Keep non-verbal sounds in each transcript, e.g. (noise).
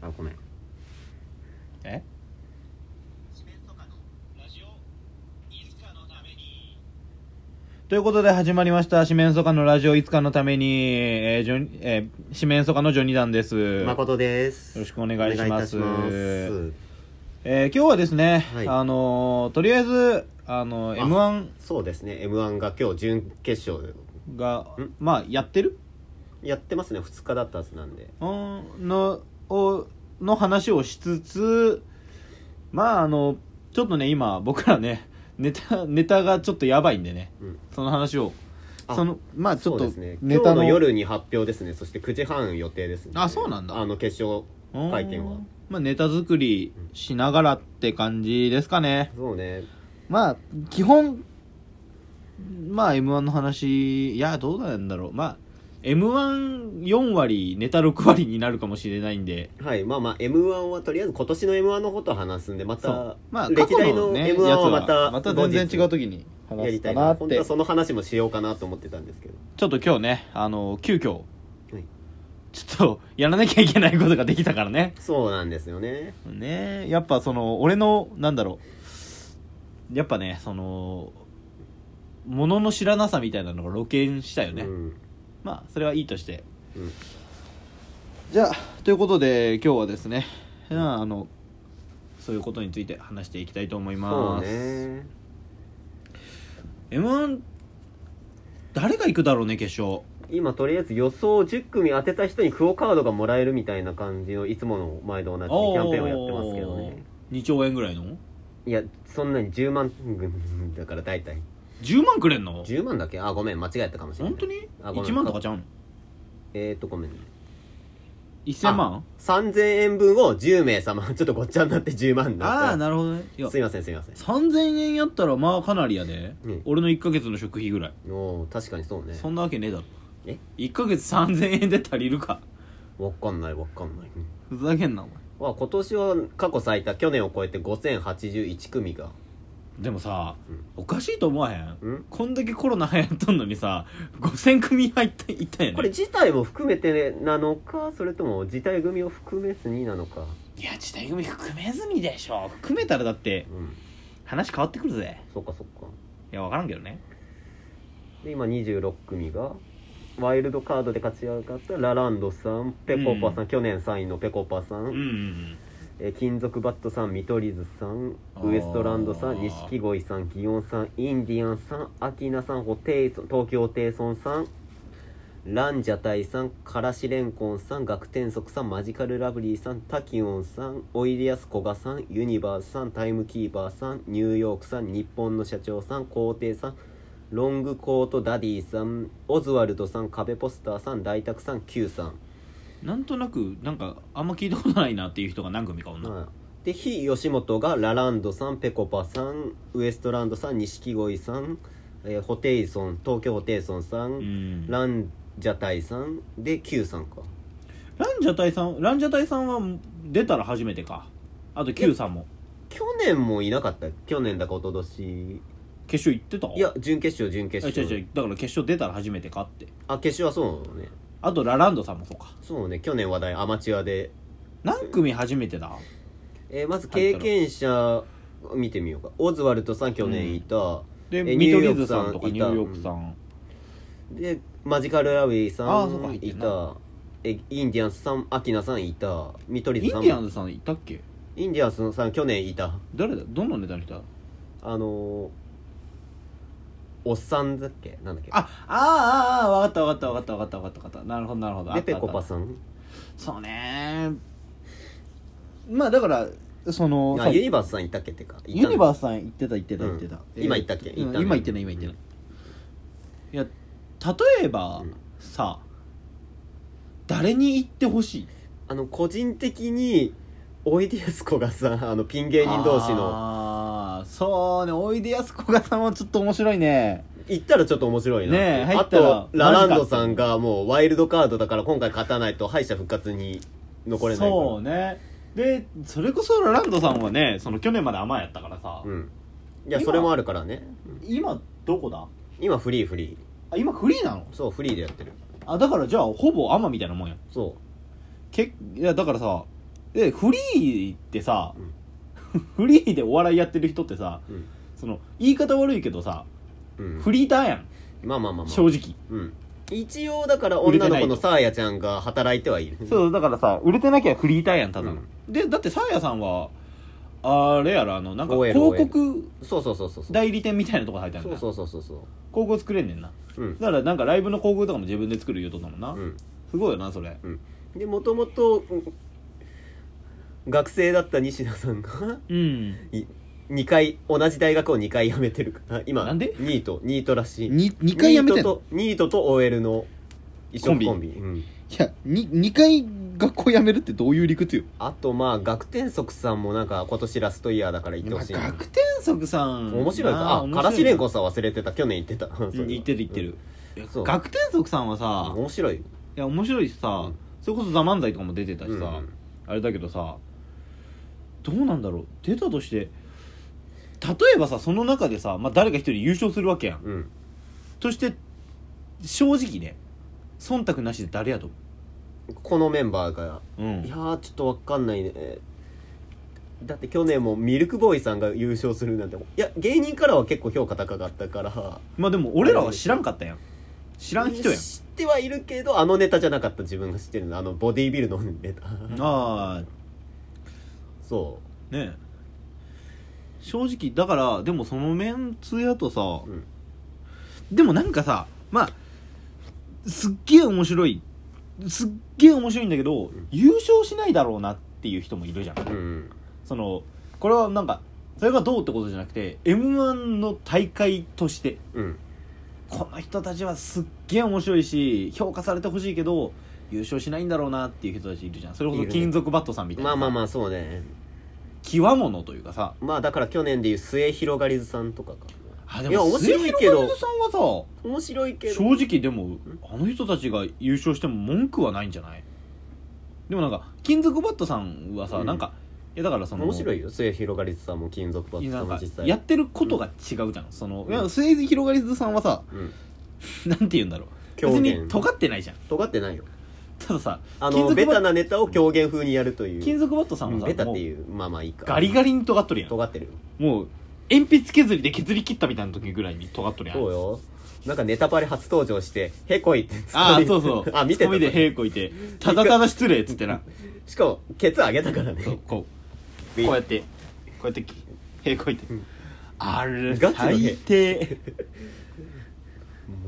あごめんえということで始まりました「四面楚歌のラジオいつかのために」えージョニえー、四面楚歌のジョニダンです、誠ですよろしくお願いしますお願いいたしますえー今日はですね、はいあのーとりあえず、あのー、あ m 1そうですね m 1が今日準決勝がんまあやってるやってますね2日だったはずなんでうんのをの話をしつつまああのちょっとね今僕らねネタネタがちょっとやばいんでねうんその話をあそのまあちょそっうとですねネ今タ日のの夜に発表ですねそして9時半予定ですねあそうなんだあの決勝うん会見はまあ、ネタ作りしながらって感じですかねそうねまあ基本まあ m 1の話いやどうなんだろうまあ m 1 4割ネタ6割になるかもしれないんではいまあまあ m 1はとりあえず今年の m 1のことを話すんでまそたうまあ過歴去代の、のね、 m 1やつははまたまた全然違う後時に日や話りすたかいななっ本て当はその話もしようかなと思ってたんですけどちょっと今日ねあの急遽はいちょっとやらなきゃいけないことができたからねそうなんですよねねやっぱその俺のなんだろうやっぱねそのものの知らなさみたいなのが露見したよね、うんまあそれはいいとしてうんじゃあということで今日はですねまああのそういうことについて話していきたいと思いそうます、ね m 1誰が行くだろうね決勝今とりあえず予想10組当てた人にクオカードがもらえるみたいな感じのいつもの前と同じキャンペーンをやってますけどね2兆円ぐらいのいやそんなに10万分だから大体10万くれんの10万だっけあごめん間違えたかもしれない本当にあごめん ?1 万とかちゃうのえーとごめんね ?1000 万3000円分を10名様 (laughs) ちょっとごっちゃになって10万にあなあっなるほどねいたやすいませんすいませ3000円やったらまあかなりやで、うん俺の1ヶ月の食費ぐらい、んおお確かにそうねそんなわけねえだろえ1ヶ月3000円で足りるかわかんないわかんないうんふざけんなお前わ今年は過去最多去年を超えて5081組がでもさ、うんおかしいと思わへんうんこんだけコロナ流行っとんのにさ5000組入ったいったんやねこれ自体も含めてなのかそれとも自体組を含めずになのかいや時代組含めずにでしょ含めたらだってうん話変わってくるぜそっかそっかいや分からんけどねで今26組がワイルドカードで勝ち上がったラランドさんペコパさん、う去年3位のペコパさん、うんうんえー金属バットさん見取り図さんあーウエストランドさん錦鯉さん祇園さんインディアンさんアキナさんホテイソン東京ホテイソンさんランジャタイさんからしれんこんさん学天足さんマジカルラブリーさんタキオンさんおいでやすこがさんユニバースさんタイムキーパーさんニューヨークさん日本の社長さん皇帝さんロングコートダディさんオズワルドさん壁ポスターさん大沢さん Q さんうんなんとなくなんかあんま聞いたことないなっていう人が何組かおんな、はい、で非吉本がラランドさんペコパさんウエストランドさん錦鯉さん、えーホテイソン東京ホテイソンさん、うんラランジャタイさんで Q さんかンジャタイさんランジャタイさんは出たら初めてかあと Q さんも去年もいなかった去年だか一昨年決勝行ってたいや準決勝準決あ違う勝違うだから決勝出たら初めてかってあ決勝はそうなのねあとラランドさんもそうかそうね去年話題アマチュアで、何組初めてだえーまず経験者見てみようかオズワルドさん去年いた、でえ見取り図さんとかニニュューーヨヨーーククささんでマジカルラブリーさあーそうか入んっていんなたえインディアンスさんアキナさんいた見取イりン図デさんィアンズさんいたっけインディアンスさん去年いた誰だどのネタの人だあのー、おっさんだっけなんだっけあああああ分かった分かった分かった分かった分かった分かったなるほどなるほどあでったペあったコパさんそうねまあだからそのあさユニバースさんいたっけってかいたユニバースさん言ってた言ってたうん言ってた、今言ったっけうん言ったね今言ってない今言ってない、いや例えば、うんさ誰に言ってほしいあの個人的においでやすこがさ (laughs) んあのピン芸人同士のああそうねおいでやすこがさんはちょっと面白いね行ったらちょっと面白いなねえ入あったらとラランドさんがもうワイルドカードだから今回勝たないと敗者復活に残れないからそうねでそれこそラランドさんはねその去年まで甘やったからさ、うんいや今それもあるからね今どこだ今フリーフリーあ今フリーなのそうフリーでやってるあだからじゃあほぼアマみたいなもんやそけいやだからさでフリーってさ、 (laughs) フリーでお笑いやってる人ってさうんその言い方悪いけどさ、うんフリーターやんまあまあまあまあ正直、うん一応だから女の子のサーヤちゃんが働いてはいるそうだからさ売れてなきゃフリーターやんただの、うんでだってサーヤさんはあれやろあのなんか OL 広告そうそうそうそうそう代理店みたいなとこ入ったんだそうそうそうそうそう広告作れんねんなうんだからなんかライブの広告とかも自分で作る言うとったもんな、うんすごいよなそれでもともと学生だった西田さんが (laughs) うんい二回同じ大学を2回辞めてるから今なんでニートニートらしい2回やめてニートんのとニートと OL の異色コンビコンうん、いや 2, 2回学校やめるってどういう理屈よあとまあ学天則さんもなんか今年ラストイヤーだから行ってほしいな学天則さん面白いなかあ面白いからしれんこさん忘れてた去年行ってたそううん言ってる言ってる、いやそう学天則さんはうんさ面白いいや面白いしさ、うんそれこそ「ザ漫才とかも出てたしさ、うんあれだけどさどうなんだろう出たとして例えばさその中でさ、まあ、誰か一人優勝するわけやんうんとして正直ね忖度なしで誰やと思このメンバーがう、ういやん、ーちょっとわかんないねだって去年もミルクボーイさんが優勝するなんていや芸人からは結構評価高かったからまあでも俺らは知らんかったやん知らん人やん知ってはいるけどあのネタじゃなかった自分が知ってるのあのボディービルのネタああそねえ正直だからでもそのメンツやとさ、うんでもなんかさまあすっげえ面白いすっげえ面白いんだけど、ん優勝しないだろうなっていう人もいるじゃんううんそのこれはなんかそれがどうってことじゃなくて m 1の大会としてうんこの人たちはすっげえ面白いし評価されてほしいけど優勝しないんだろうなっていう人たちいるじゃんそれこそいるね金属バットさんみたいまなあさまあまあそうね極物というかさまあだから去年でいう末広がりずさんとかかなあいや面白いけど末広がりさんは面白いけさど正直でもあの人たちが優勝しても文句はないんじゃないでもなんか金属バットさんはさ、うんなんかいやだからその面白いよ末広がりずさんも金属バットなさんんもか実際やってることが違うじゃん、そのうんいや末広がりずさんはさうんなんて言うんだろう別狂に言尖ってないじゃん尖ってないよたださあ金の属バベタなネタを狂言風にやるという金属バットさんはさ、ベタってもういうまあまあいいかガリガリに尖っとるやん尖ってるよもう鉛筆削りで削り切ったみたいな時ぐらいに尖っとるやんそうよなんかネタパレ初登場して「へこい」ってツッあコあミそうそう (laughs) あ見てツッコミでた屁こいてただただ失礼っつってなしかもケツ上げたからねそうこうビこうやってこうやってき屁こいて、んあれガチの屁最低ね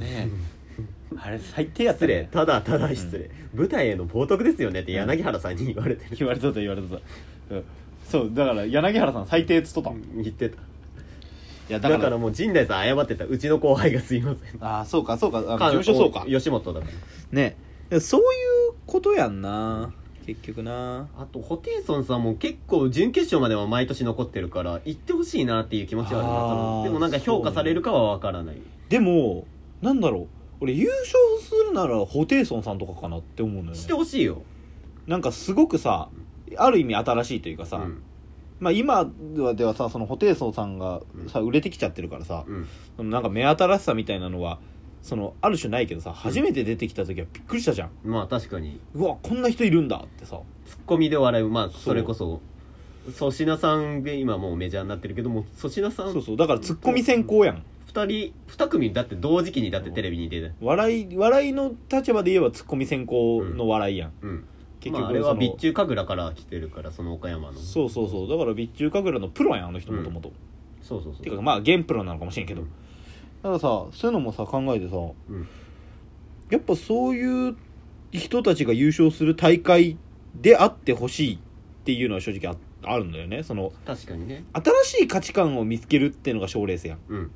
えあれ最低やった失礼ねただただ失礼、舞台への冒涜ですよねって柳原さんに言われてる、言われとった言われとった、うん、そうだから柳原さん最低っつっとったもん、い言ってたやだだかかららもう陣内さん謝ってたうちの後輩がすいませんああそうかそうかあの事務所そうか吉本だからねえそういうことやんな結局なあとホテイソンさんも結構準決勝までは毎年残ってるから行ってほしいなっていう気持ちはありますあーでもなんか評価されるかは分からない、でもなんだろう俺優勝するならホテイソンさんとかかなって思うのよねしてほしいよなんかすごくさある意味新しいというかさ、うんまあ、今ではさそのホテイソンさんがさ売れてきちゃってるからさ、うんそのなんか目新しさみたいなのはそのある種ないけどさ初めて出てきた時はびっくりしたじゃん、まあ確かにうわこんな人いるんだってさツッコミで笑うまあうそれこそ粗品さんで今もうメジャーになってるけども粗品さんそう2そうだからツッコミ先行やん人2組だって同時期にだってテレビに出て笑い笑いの立場で言えばツッコミ先行の笑いやん、うん結局まあ、あれはその備中神楽から来てるからその岡山のそうそうそうだから備中神楽のプロやんあの人もともとそうそうそうてかまあ現プロなのかもしれんけど、うんだからさそういうのもさ考えてさ、んやっぱそういう人たちが優勝する大会であってほしいっていうのは正直ああるんだよねその確かにね新しい価値観を見つけるっていうのが賞レースやんうん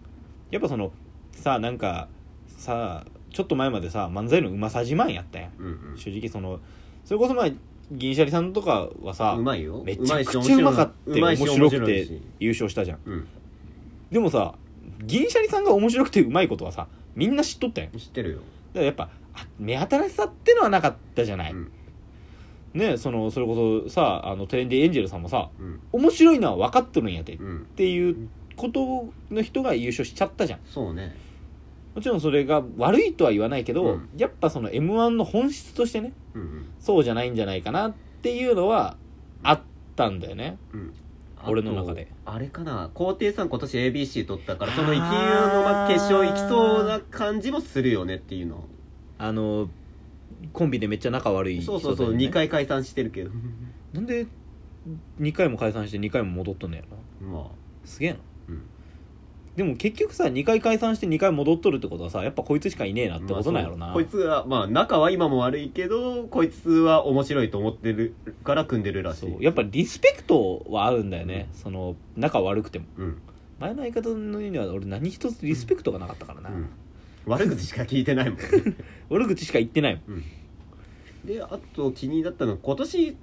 やっぱそのさあなんかさあちょっと前までさ漫才のうまさ自慢やったやんうんうん正直そのそれこそ前銀シャリさんとかはさうまいよめちゃくいちしゃうまかってうま面いし白くいてし優勝したじゃんうんでもさ銀シャリさんが面白くてうまいことはさみんな知っとったやんだか知ってるよ、らやっぱあ目新しさってのはなかったじゃない、うんねそのそれこそさあのトレンディエンジェルさんもさうん面白いのは分かっとるんやてっうんていうことの人が優勝しちゃったじゃんそうねもちろんそれが悪いとは言わないけど、うんやっぱその m 1の本質としてねうんそうじゃないんじゃないかなっていうのはあったんだよねうん俺の中であとあれかな皇帝さん今年 ABC 取ったからその勢いのまま決勝行きそうな感じもするよねっていうのあのコンビでめっちゃ仲悪い人そだうよねそうそう2回解散してるけど (laughs) なんで2回も解散して2回も戻っとんのやろなまあすげえな、うんでも結局さ2回解散して2回戻っとるってことはさやっぱこいつしかいねえなってことなんやろな、まあそうこいつはまあ仲は今も悪いけどこいつは面白いと思ってるから組んでるらしそういやっぱリスペクトはあるんだよね、その仲悪くてもうん、前の相方のようには俺何一つリスペクトがなかったからうな、ん、悪口しか聞いてないもんう悪口しか言ってないもんんであと気になったのは今年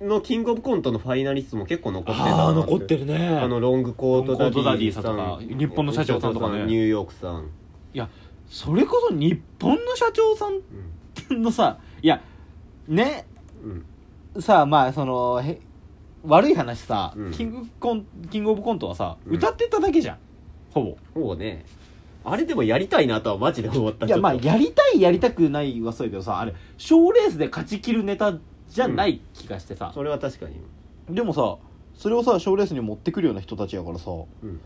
のキングオブコントのファイナリストも結構残ってたなああ残ってるねあのロングコートダデロングコートダディィささんんとか日本の社長さんとかねニューヨークさん、それこそ日本の社長さんうんのさいやねうんさあまあそのへ悪い話さ、うんキングコンキングオブコントはさ、うん歌ってただけじゃんほぼもうねあれでもやりたいなとはマジで思ったいやちょっとまあやりたいやりたくないはそうやけどさあれ賞レースで勝ち切るネタじゃない気がしてさ、それは確かにでもさそれをさ賞レースに持ってくるような人たちやからさうん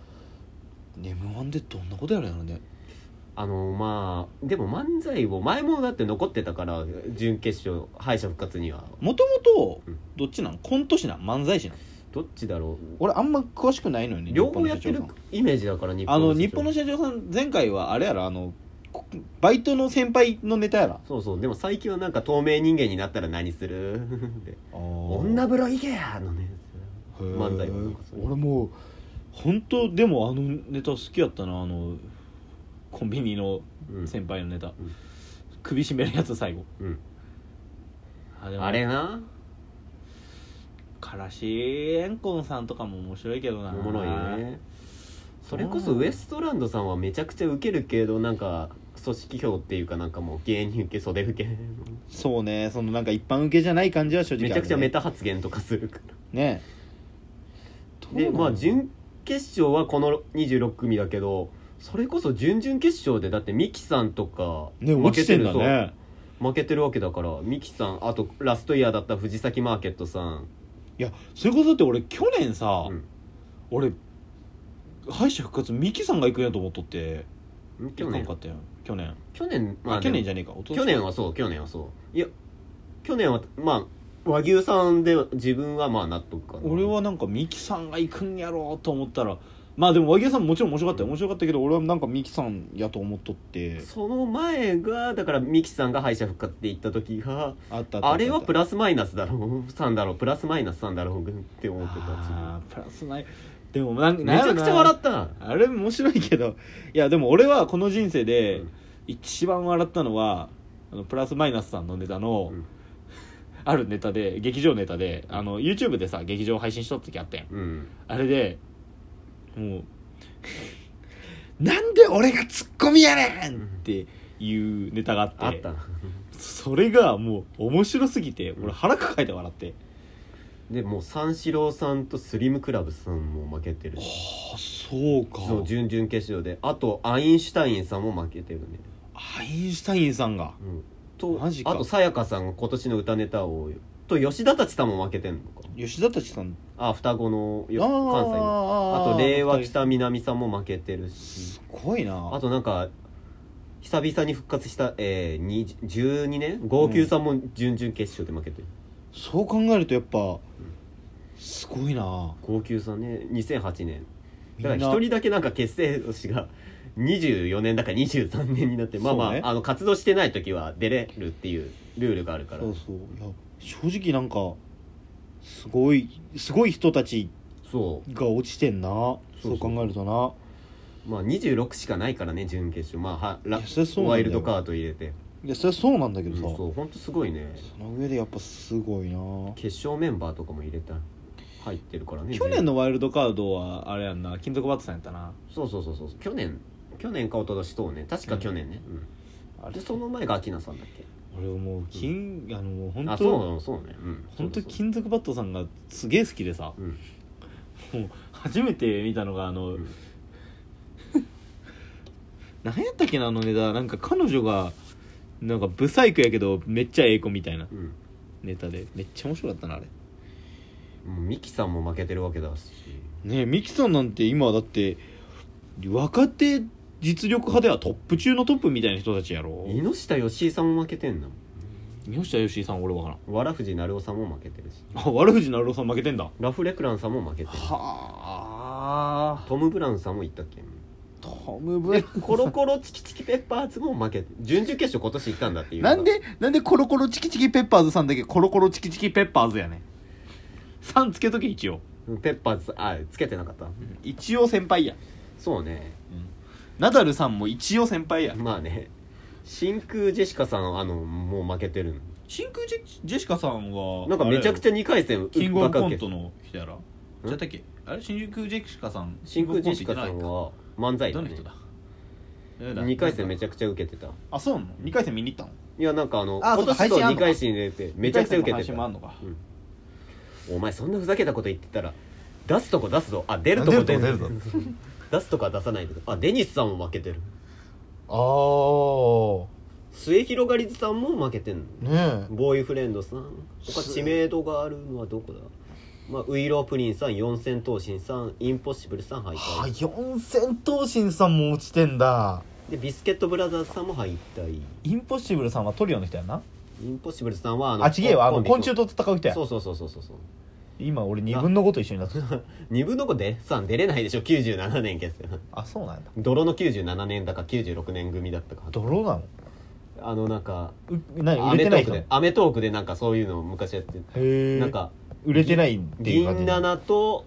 m 1でどんなことやるんやろねあのまあでも漫才を前もだって残ってたから準決勝敗者復活にはもともとうんどっちなんコント師なん漫才師なんどっちだろ俺あんま詳しくないのようね両方やって日る本の社長さんイメージだから日あ本の社長日本の社長さん前回はあれやろあのこバイトの先輩のネタやらそうそうでも最近はなんか透明人間になったら何する (laughs) で女風呂行けやのねへー漫才はなんかそういう俺もう本当でもあのネタ好きやったなあのコンビニのうん先輩のネタ、ん首絞めるやつ最後うんあでもあれなからしれんこんさんとかも面白いけどおなもろいねそれこそウエストランドさんはめちゃくちゃウケるけどなんか組織票っていうかなんかもう芸人受け袖受け (laughs) そうねそのなんか一般受けじゃない感じは正直めあるね、ちゃくちゃメタ発言とかするからねえでまあ順準決勝はこの26組だけどそれこそ準々決勝でだってミキさんとかね落ちてんだ負けるねそう負けてるわけだからミキさんあとラストイヤーだった藤崎マーケットさんいやそれこそだって俺去年さ、うん俺敗者復活ミキさんが行くんやと思っとってん行去かん年かったよ去年去年まああ去年でじゃねえか一昨も去年年はそう去年はそういや去年はまあ和牛さんで自分はまあ納得かな俺はなんかミキさんが行くんやろうと思ったらまあでも和牛さんももちろん面白かったよ面白かったけど俺はなんかミキさんやと思っとってその前がだからミキさんが敗者復活って言った時があったったあれはプララスマイナスだろう3だろうプラスマイナス3だろうって思ってた自分あープラスないでもなんめちゃくちゃ笑っったなあれ面白いけどいやでも俺はこの人生でうん一番笑ったのはあのプラスマイナスさんのネタの、うんあるネタで劇場ネタであの YouTube でさ劇場配信しとった時あったやんうんあれでもう「なんで俺がツッコミやねん!」っていうネタがあってあったなそれがもう面白すぎてうん俺腹抱えて笑ってでもう三四郎さんとスリムクラブさんも負けてるしあそうかそう準々決勝であとアインシュタインさんも負けてるね、アインシュタインさんがうん、とマジかあとさやかさんが今年の歌ネタをと吉田たちさんも負けてんのか吉田たちさんあ双子のよあ関西のあーと令和あ北南さんも負けてるしすごいなあとなんか久々に復活した、えー、に12年号泣さんも準々決勝で負けてる、そう考えるとやっぱすごいな号泣さんね2008年みんだかなら一人だけなんか結成年が24年だから23年になってまあまあ,、そうねあの活動してない時は出れるっていうルールがあるからそうそういや正直なんかすごいすごい人たちそうが落ちてんなそそうそうう考えるとなまあ26しかないからね準決勝まあはいやそりゃそうなんだよワイルドカード入れていやそれはそうなんだけどさ、そう本当すごいねその上でやっぱすごいな決勝メンバーとかも入れた入ってるからね去年のワイルドカードはあれやんな金属バットさんやったなそうそうそうそう去年去年かおととしそうね確か去年ね、あうん、れでその前がアキナさんだっけ俺もう金、あのもう本あそう当なのそうねうん本当そうそう金属バットさんがすげえ好きでさそううんもう初めて見たのがあの、うん何やったっけなあのネタなんか彼女がなんかブサイクやけどめっちゃええ子みたいなうんネタでめっちゃ面白かったなあれもうミキさんも負けてるわけだしねえミキさんなんて今だって若手実力派ではトップ中のトップみたいな人たちやろ井下義井さんも負けてんだも宮下よしさん俺わからんんわらふじなるおさんも負けてるしあ悪藤成郎さん負けてんだはラフレクランさんも負けてるあトム・ブラウンさんもいったっけトム・ブラウンコロコロチキチキペッパーズも負けて準々決勝今年行ったんだっていうのが (laughs) なんでなんでコロコロチキチキペッパーズさんだけコロコロチキチキペッパーズやねんさんつけとけ一応ペッパーズあつけてなかった一応先輩やそうねナダルさんも一応先輩やまあね真空ジェシカさんあのもう負けてる真空ジェジェシカさんはのなんかめちゃくちゃゃ2回戦キングオブコントのの人やらじゃったっけあれ真空ジェシカさん真空ジェシカさキンんグオブコント行は漫才ってないかだ、どのね人、だ2回戦めゃちゃくちゃ受けてたあそうなの2回戦見に行ったのいやなんかあのあ今そうか年と2回配戦出てめちゃくちゃ受けて2回戦の話もあたんのかお前そんなふざけたこと言ってたら出すとこ出すぞあ出るとこ出る出るとこ (laughs) 出すとこは出さないけどあデニスさんも負けてるあ末広がりずさんも負けてんのあねボーイフレンドさん他知名度があるのはどこだ、まあ、ウイロープリンさん四千頭身さんインポッシブルさん敗退四千頭身さんも落ちてんだでビスケットブラザーズさんも敗退インポッシブルさんはトリオの人やんなインポッシブルさんはああちげえわあコのンビの昆虫と戦う人やそうそうそうそうそうそう今俺2分の5と一緒になってた2分の5でさん出れないでしょ97年決戦あそうなんだ泥の97年だか96年組だったか泥なのあのなんかう何ア売れメてトークない人へでアメトークでなんかそういうのを昔やってえなんか売れてないっていう感じ銀七と、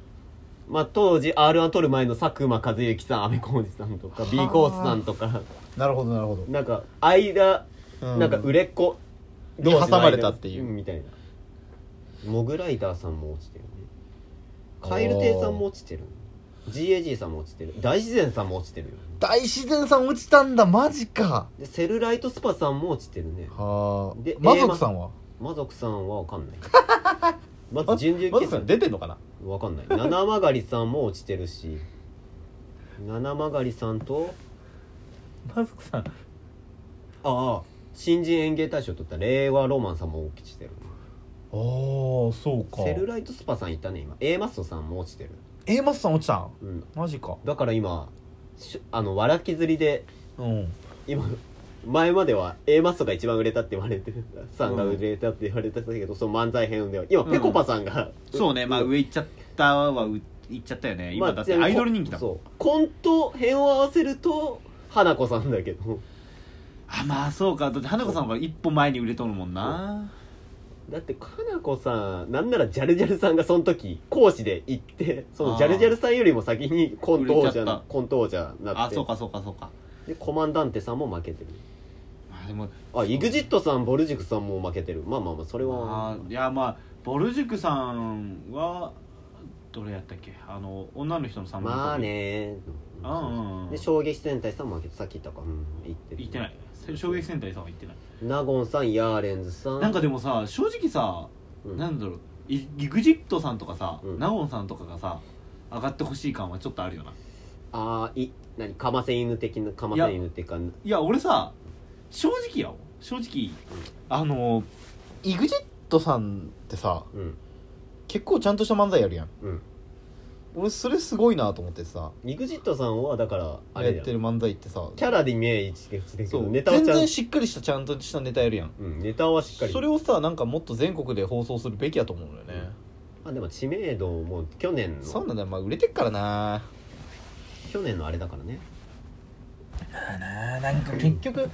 まあ、当時 r 1取る前の佐久間一行さん阿部浩二さんとかはあ B コースさんとかなるほどなるほなんか間、どなんか売れれっ子同士の間に挟まれたっていうみたいなモグライダーさんも落ちてるねカエル亭さんも落ちてる GAG さんも落ちてる大自然さんも落ちてるよ大自然さん落ちたんだマジかでセルライトスパさんも落ちてるねはあで魔族さんは魔族さんは分かんないまず準々 (laughs) 決魔族さ勝ん出てんのかなわかんない七曲りさんも落ちてるし七曲りさんと魔族さんああ新人演芸大賞取った令和ロマンさんも落ちてるあーそうかセルライトスパさんいたね今 A マストさんも落ちてる A マスさん落ちたんうんマジかだから今しあのわらき釣りでうん今前までは A マストが一番売れたって言われてるさんが売れたって言われてたけど、その漫才編では今うんぺこぱさんが、そうねまあ上行っちゃったはう行っちゃったよねまあ今だってアイドル人気だもんそうコント編を合わせると花子さんだけどあまあそうかだって花子さんが一歩前に売れとるもんなだってかなこさんなんならジャルジャルさんがその時講師で行ってそあのージャルジャルさんよりも先にコント王売れちゃった者コント王者になってあそうかそうかそうかでコマンダンテさんも負けてるまあでもあイグジットさんボルジクさんも負けてるまあまあまあそれはあーいやまあボルジュクさんはどれやったっけあの女の人の三番まあねうんうんで衝撃戦隊さんも負けてさっき言ったかうん言ってる行ってない衝撃戦隊さんは行ってないナゴンさんヤーレンズさんなんかでもさ正直さ、うんなんだろうイイグジットさんとかさ、うんナオンさんとかがさ上がってほしい感はちょっとあるよなあーい何かませ犬的なかませ犬っていうかいや俺さ正直やわ正直あのイグジットさんってさうん結構ちゃんとした漫才やるやんうん俺それすごいなと思ってさイグジットさんはだからあれだよ漫才ってさキャラで目一撃してるけそどうネタは全ちゃん然しっかりしたちゃんとしたネタやるやんうん、ネタはしっかりそれをさなんかもっと全国で放送するべきやと思うんだよね、あでも知名度も去年のそうなんだよまあ売れてっからな去年のあれだからねななんか結局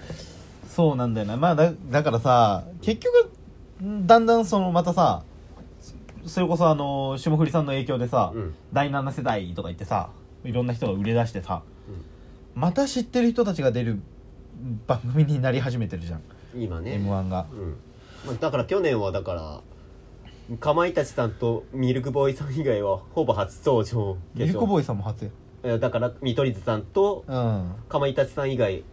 そうなんだよなまあだだからさ結局んだんだんそのまたさそそれこそあの霜降りさんの影響でさ、うん第7世代とか言ってさいろんな人が売れ出してさ、また知ってる人たちが出る番組になり始めてるじゃん、今ね m 1がうんまあ、だから去年はだからかまいたちさんとミルクボーイさん以外はほぼ初登場ミルコーボーイさんも初やイだから見取り図さんとうんかまいたちさん以外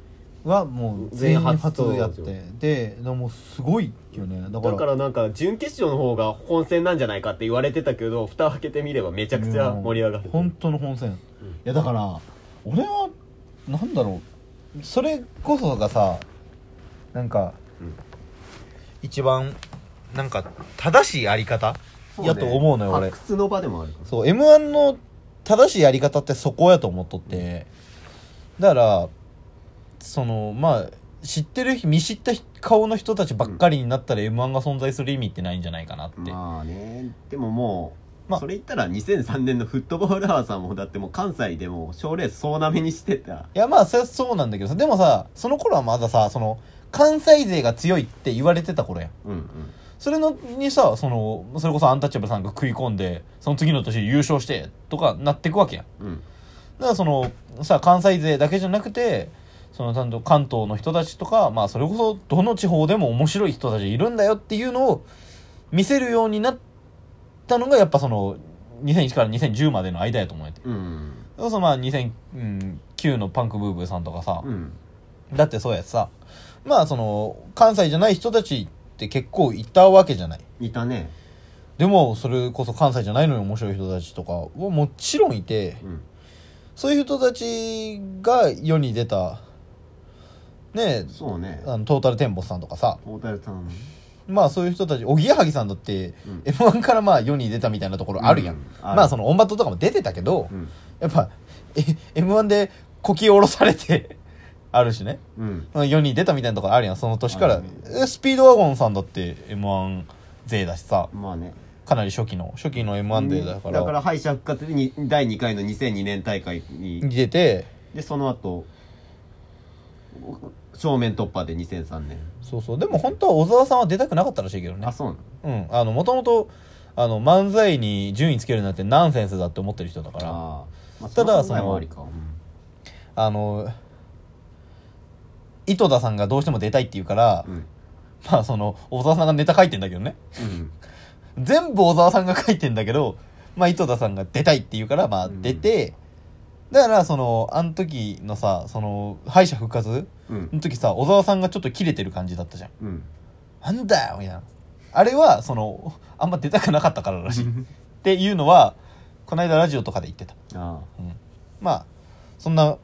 はもう全員初やってででもすごいよねだかだらからなんか準決勝の方が本戦なんじゃないかって言われてたけど蓋を開けてみればめちゃくちゃ盛り上がるうん本当の本戦、うんいやだから俺はなんだろうそれこそがさなんか、うん一番なんか正しいあり方そやと思うのよ俺発掘の場でもあるからそう m 1の正しいやり方ってそこやと思っとって、だからそのまあ知ってる人見知った人顔の人たちばっかりになったら m 1が存在する意味ってないんじゃないかなって、まあねでももう、まあそれ言ったら2003年のフットボールアワーさんもだってもう関西でも賞レース総なめにしてたいやまあそりゃそうなんだけどさでもさその頃はまださその関西勢が強いって言われてた頃やんうんうんそれのにさそのそれこそアンタッチャブルさんが食い込んでその次の年優勝してとかなってくわけやんうんだからそのさ関西勢だけじゃなくてそのちゃんと関東の人たちとか、まあ、それこそどの地方でも面白い人たちいるんだよっていうのを見せるようになったのがやっぱその2001から2010までの間やと思えてだかうんらそのまあ2009のパンクブーブーさんとかさ、うんだってそうやしさまあその関西じゃない人たちって結構いたわけじゃないいたねでもそれこそ関西じゃないのに面白い人たちとかはもちろんいて、うんそういう人たちが世に出た、ねえ、そうねあのトータルテンボスさんとかさ、大谷さんまあそういう人たち、おぎやはぎさんだって、うん M1 からまあ世に出たみたいなところあるやん。うんあるまあそのオンバトとかも出てたけど、うんやっぱ、え M1 でこき下ろされて、あるしね。うんまあ世に出たみたいなところあるやん、その年かあらるね。えスピードワゴンさんだって M1 勢だしさ、まあねかなり初期の、初期の M1 勢だから、だから敗者復活でに第2回の2002年大会に出て、でその後正面突破で2003年そうそう。でも本当は小沢さんは出たくなかったらしいけどね。あそうなのうん、あの、もともと、あの、漫才に順位つけるなんてナンセンスだって思ってる人だから、ああー、まあ、ただその考えもありかの、井戸田さんがどうしても出たいって言うから、うんまあその、小沢さんがネタ書いてんだけどね。うん全部小沢さんが書いてんだけど、まあ井戸田さんが出たいって言うから、まあうん出て、だからその、あの時のさ、その、敗者復活うんの時さ、小沢さんがちょっと切れてる感じだったじゃん。うんなんだよみたいな。あれは、その、あんま出たくなかったかららしい。っていうのは、この間ラジオとかで言ってた。ああまあ、そんな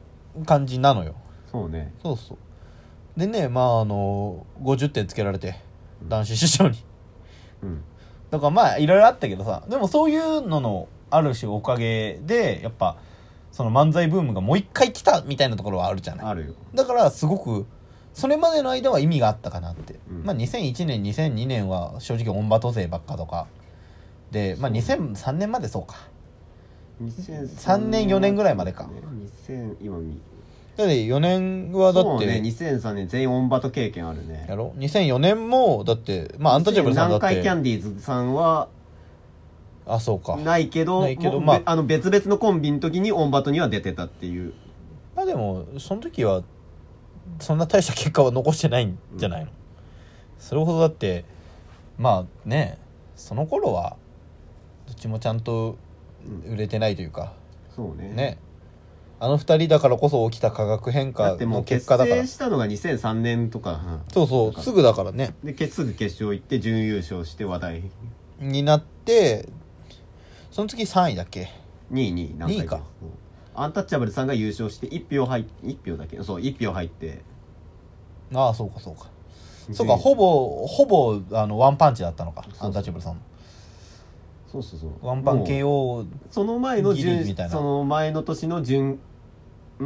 感じなのよ。そうねそうそう。でね、まあ、あの、50点つけられて、男子師匠に。うんだからまあ、いろいろあったけどさ、でもそういうののある種おかげで、やっぱ、その漫才ブームがもう一回来たみたいなところはあるじゃない。あるよだからすごくそれまでの間は意味があったかなって、うんまあ2001年2002年は正直オンバト勢ばっかとかで、まあ、2003年までそうか2003 4年ぐらいまでか2000今見だって4年はだそっうて、ね2003年全員オンバト経験あるねやろ2004年もだってまあアンタッチャブルさんだっ南海キャてンディーズさんはあそうかないけどないけどもうまあべあの別々のコンビの時にオンバトには出てたっていうまあでもその時はそんな大した結果は残してないんじゃないの、それほどだってまあねその頃はどっちもちゃんと売れてないというか、そうねねあの二人だからこそ起きた化学変だ化ってものう結結果だから成したのが2003年とか、そうそうすぐだからねでけすぐ決勝行って準優勝して話題になってその次3位だっけ2位に何二回位かうんアンタッチャブルさんが優勝して1票入っ1票だけそう1票入ってああそうかそうかそう準か優ほぼほぼあのワンパンチだったのかそうアンタッチャブルさんのそうそうそうワンパンもう KO その前のギ準リみたいなその前の年の準ん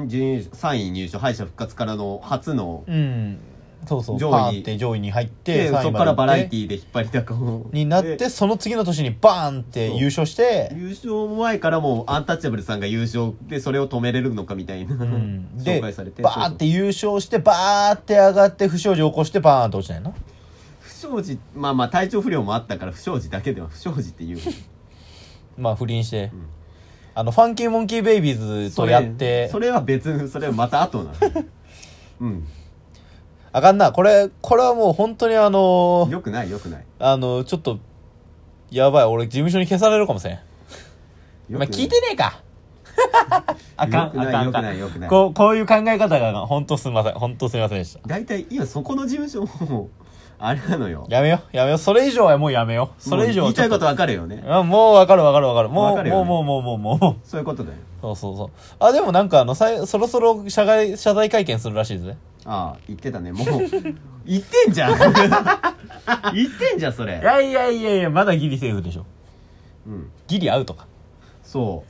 準優勝3位入賞敗者復活からの初のうんそうそう上位パーンって上位に入っでてそこからバラエティィーで引っ張りだこをになっでてその次の年にバーンって優勝して優勝前からもうアンタッチャブルさんが優勝でそれを止めれるのかみたいな、うんで (laughs) 紹バ介されてーンって優勝してバーンって上がって不祥事起こしてバーンって落ちないの不祥事まあまあ体調不良もあったから不祥事だけでは不祥事っていうまあ不倫して、あのファンキーモンキーベイビーズとやってそれそれは別それはまた後な (laughs) のうんあかんなこれこれはもう本当にあのよくないよくないあのちょっとやばい俺事務所に消されるかもしれんよくまなあ聞いてねえ (laughs) かあかんよくなあいかんあよくかないんよくないこうこういう考え方が本当すみません本当すみませんでした大体今そこの事務所もあれなのよやめようやめようそれ以上はもうやめようそれ以上もう言はいちょたっいことわかるよねあもうわかるわかるわかるもわうかるよもうねもうもうもうもうそういうことだよそうそうそうあでもなんかあのさいそろそろ謝罪謝罪会見するらしいですねああ言ってたね (laughs) もう言ってんじゃん言ってんじゃんそいれやいやいやいやまだギリセーフでしょうんギリアウトかそ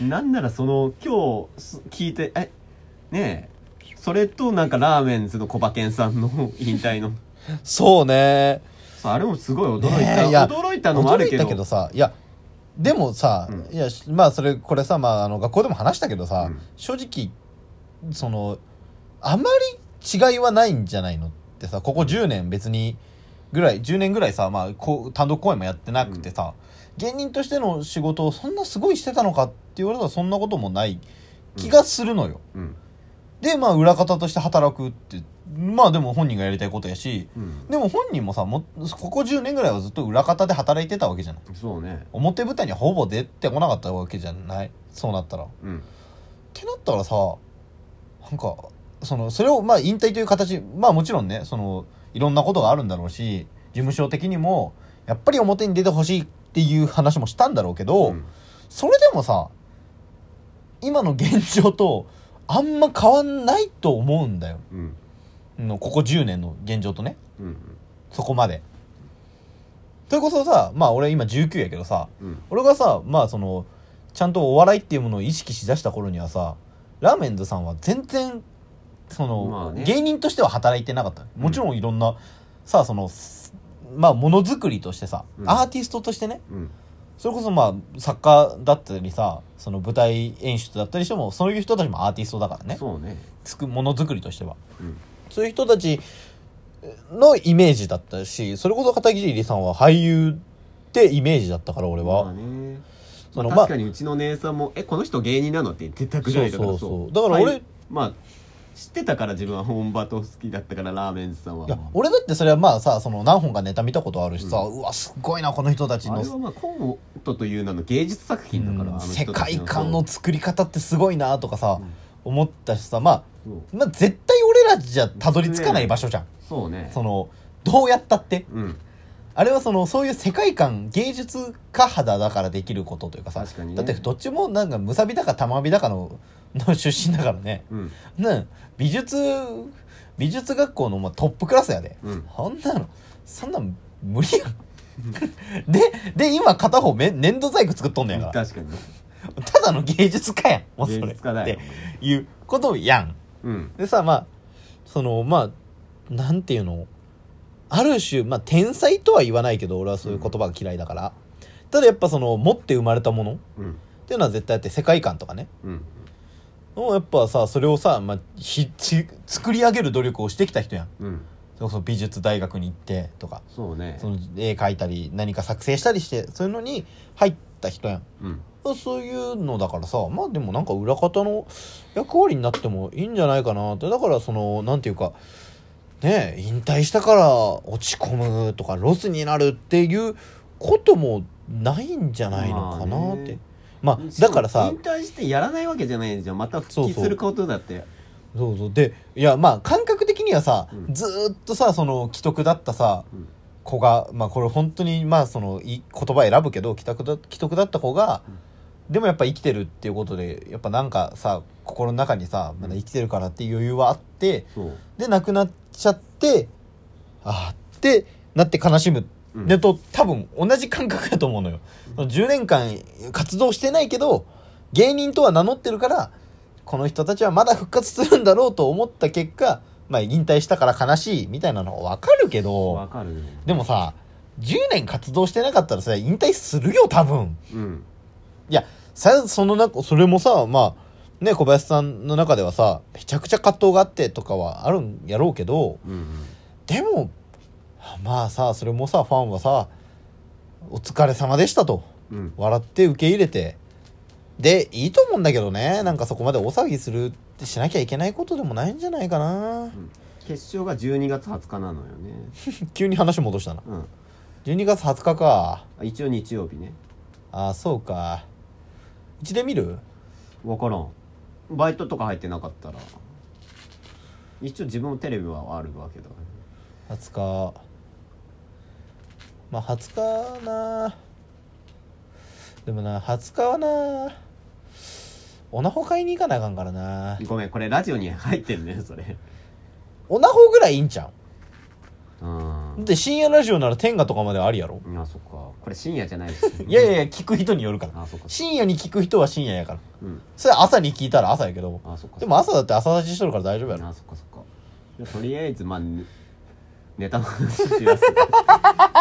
うなんならその今日す聞いてえねえそれとなんかラーメンズの小馬健さんの引退のそうねそうあれもすごい驚いた、ねえいや驚いたのもあるけど驚いたけどさいやでもさ、うんいやしまあそれこれさ、まあ、あの学校でも話したけどさ、うん正直そのあまり違いはないんじゃないのってさここ10年別にぐらい10年ぐらいさ、まあ、こう単独公演もやってなくてさ、芸人としての仕事をそんなすごいしてたのかって言われたらそんなこともない気がするのよ。うんでまあ裏方として働くってまあでも本人がやりたいことやしうんでも本人もさもここ10年ぐらいはずっと裏方で働いてたわけじゃない。そうね表舞台にはほぼ出てこなかったわけじゃないそうなったら。っうんてなったらさなんかそのそれをまあ引退という形まあもちろんねそのいろんなことがあるんだろうし事務所的にもやっぱり表に出てほしいっていう話もしたんだろうけうど、んそれでもさ今の現状とあんま変わんないと思うんだようんのここ10年の現状とねうんそこまで。それこそさまあ俺今19やけどさ、うん俺がさまあそのちゃんとお笑いっていうものを意識しだした頃にはさラーメンズさんは全然その、まあね芸人としては働いてなかったもちろんいろんな、さそのすまあものづくりとしてさ、うんアーティストとしてねうんそれこそまあ作家だったりさその舞台演出だったりしてもそういう人たちもアーティストだからねそうねつくものづくりとしてはうんそういう人たちのイメージだったしそれこそ片桐里さんは俳優ってイメージだったから俺は、まあねそのまあまあ確かにうちの姉さんも「えこの人芸人なの?」って言ってたぐらいだからそうそうそうだからは俺いまあ知ってたから自分は本場と好きだったからラーメンズさんはいや俺だってそれはまあさその何本かネタ見たことあるしさ、うわすごいなこの人たちあのれはまあコントという名の芸術作品だから、うんあの世人たち界観の作り方ってすごいなとかさ、うん思ったしさ、まそうあ、まあ絶対俺らじゃたどり着かない場所じゃん、そうねそのどうやったってうんあれはそのそういう世界観芸術家肌だからできることというかさ確かにねだってどっちもなんかむさびだかたまびだかのの出身だからね (laughs) うんね美術美術学校のまあトップクラスやで、うんそんなのそんなん無理やん (laughs) でで今片方め粘土細工作っとんねやから確かにねただの芸術家やんもうそ芸れっ術家だよていうことやんうんでさまあそのまあなんていうのある種まあ天才とは言わないけど俺はそういう言葉が嫌いだから、ただやっぱその持って生まれたものっうんていうのは絶対あって世界観とかねうんもうやっぱさそれをさ、まあ、ひち作り上げる努力をしてきた人やんうんそれこそ美術大学に行ってとかそうねその絵描いたり何か作成したりしてそういうのに入った人やんうんそういうのだからさまあでもなんか裏方の役割になってもいいんじゃないかなってだからそのなんていうかねえ引退したから落ち込むとかロスになるっていうこともないんじゃないのかなってまあ、だからさ引退してやらないわけじゃないじゃんまた復そう帰そうすることだってそうそうでいやまあ感覚的にはさ、うんずーっとさその既得だったさうん子がまあこれ本当にまあそのい言葉選ぶけど既得だ既得だった子が、でもやっぱ生きてるっていうことでやっぱなんかさ心の中にさまだ生きてるからっていう余裕はあってそうで亡くなっちゃってああってなって悲しむ、うんでと多分同じ感覚だと思うのよ、その10年間活動してないけど芸人とは名乗ってるからこの人たちはまだ復活するんだろうと思った結果まあ引退したから悲しいみたいなのはわかるけどわかるねでもさ、10年活動してなかったらさ、引退するよ、多分。うんさ、その中、それもさ、まあ、ね、小林さんの中ではさ、めちゃくちゃ葛藤があってとかはあるんやろうけど、うんうんでも、まあさ、それもさ、ファンはさ、お疲れ様でしたと。うん笑って受け入れて。で、いいと思うんだけどね、なんかそこまで大騒ぎするってしなきゃいけないことでもないんじゃないかな。決勝が12月20日なのよね急に話戻したな。うん12月20日か。あ一応日曜日ねああ、そうか。うちで見る分からんバイトとか入ってなかったら一応自分もテレビはあるわけだ20日まあ20日なでもな20日はなオナホ買いに行かなあかんからなごめんこれラジオに入ってんねそれオナホぐらいいいんちゃううんで深夜ラジオなら天下とかまでありやろあそっかこれ深夜じゃないしいやいやいや聞く人によるからあそっか深夜に聞く人は深夜やからうんそれ朝に聞いたら朝やけどあそっかでも朝だって朝立ちしとるから大丈夫やろあそっかそっかじゃあとりあえずまあねネタの話し (laughs) ますち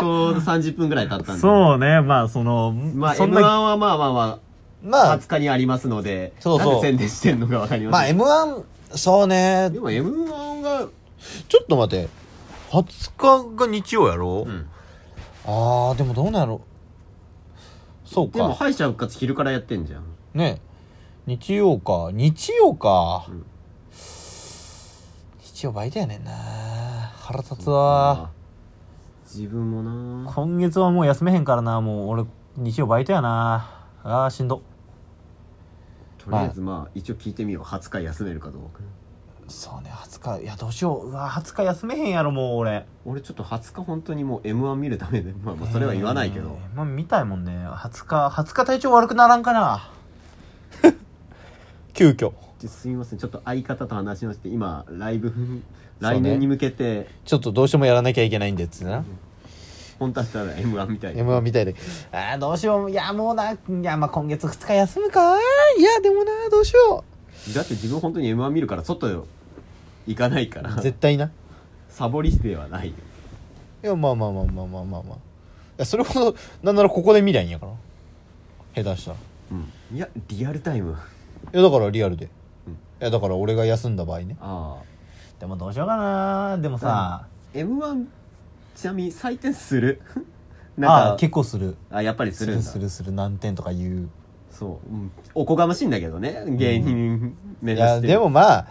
ょうど30分ぐらい経ったんでうねまあそのまあそ m ん1なはまあまあままああ20日にありますのでそうなそうんで宣伝してんのかわかりままあせん、 m 1そうねでも m 1がちょっと待って20日が日曜やろ、うんあーでもどうなんやろそうでもか敗者復活昼からやってんじゃんね日曜か日曜か、うん日曜バイトやねんな腹立つわ自分もな今月はもう休めへんからなもう俺日曜バイトやなあーしんどとりあえずまあ一応聞いてみよう20日休めるかどうかそうね20日いやどうしよううわ20日休めへんやろもう俺俺ちょっと20日本当にもう m 1見るためでまあまあそれは言わないけどえーまあ見たいもんね20日20日体調悪くならんか (laughs) な急遽すみませんちょっと相方と話をして今ライブそうね来年に向けてちょっとどうしてもやらなきゃいけないんでっつってな本当はしたら m 1みたいな m 1みたいで「ああどうしよういやもうないやまあ今月2日休むかいやでもなどうしよだって自分本当に m 1見るから外よ行かないからう絶対なサボりではないよいやまあまあまあまあまあまあまあいやそれこそなんならここで見りゃいいんやから下手したらうんいやリアルタイムいやだからリアルで、うんいやだから俺が休んだ場合ねああでもどうしようかなでもさ、 m 1ちなみに採点する (laughs) あなあん結か構するあやっぱりすするんるだするする何点とか言うそう、うんおこがましいんだけどね芸人目い指してる、やでもまあ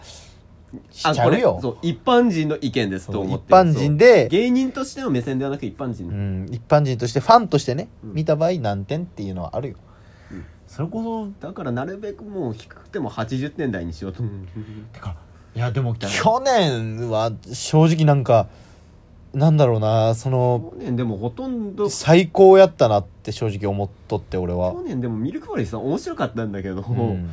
しちゃうあこれよそう一般人の意見ですと思ってそう一般人でそう芸人としての目線ではなく一般人、うん、一般人としてファンとしてね、うん見た場合何点っていうのはあるよそれこそだからなるべくもう低くても80点台にしようと思うてかいやでも去年は正直なんかなんだろうなその去年でもほとんど去最高やったなって正直思っとって俺は、年でもミルクボーイさん面白かったんだけど、うん、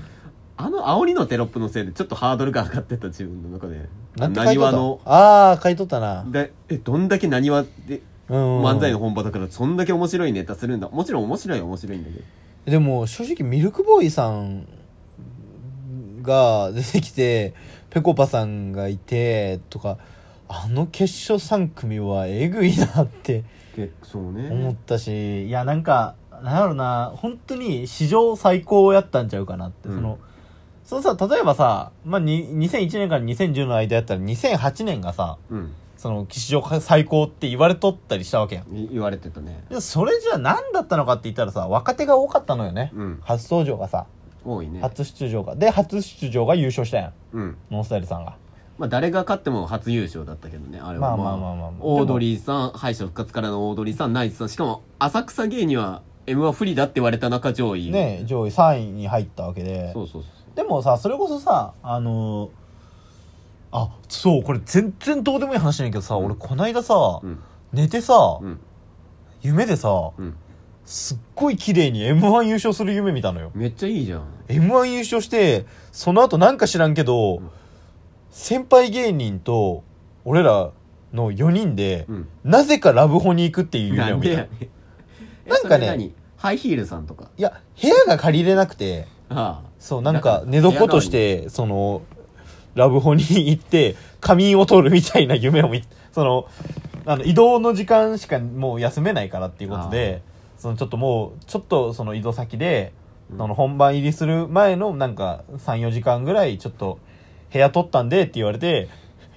あの煽りのテロップのせいでちょっとハードルが上がってた自分の中でなんて書いとわったのああ書いとったな、でえどんだけなにわでうん、漫才の本場だからそんだけ面白いネタするんだもちろん面白いは面白いんだけどでも正直ミルクボーイさんが出てきてぺこぱさんがいてとかあの決勝3組はえぐいなってでそうね思ったしいやなんかなんやろな本当に史上最高やったんちゃうかなって、うんそのそのさ例えばさ、まあ、に2001年から2010の間やったら2008年がさうんその史上最高って言われとったりしたわけやんい言われてたねでそれじゃあ何だったのかって言ったらさ若手が多かったのよね、うん初登場がさ多いね初出場がで初出場が優勝したやんうんノンスタイルさんがまあ誰が勝っても初優勝だったけどねあれまはあまあまあまあまあオードリーさん敗者復活からのオードリーさんナイツさんしかも浅草芸人は m 1不利だって言われた中上位ね上位3位に入ったわけでそうそうそうでもさそれこそさあのーあそうこれ全然どうでもいい話なんやけどさ、うん俺こないださ、うん寝てさ、うん夢でさ、うんすっごい綺麗に m 1優勝する夢見たのよめっちゃいいじゃん m 1優勝してその後なんか知らんけど、ん先輩芸人と俺らの4人で、うんなぜかラブホに行くっていうな夢をん見たでいやねんえ (laughs) なんかねそれ何ハイヒールさんとかや部屋が借りれなくてああそうなんか寝床としてそのラブホに行って仮眠を取るみたいな夢を見そのあの移動の時間しかもう休めないからっていうことでそのちょっともうちょっとその移動先でうんその本番入りする前のなんか34時間ぐらいちょっと部屋取ったんでって言われて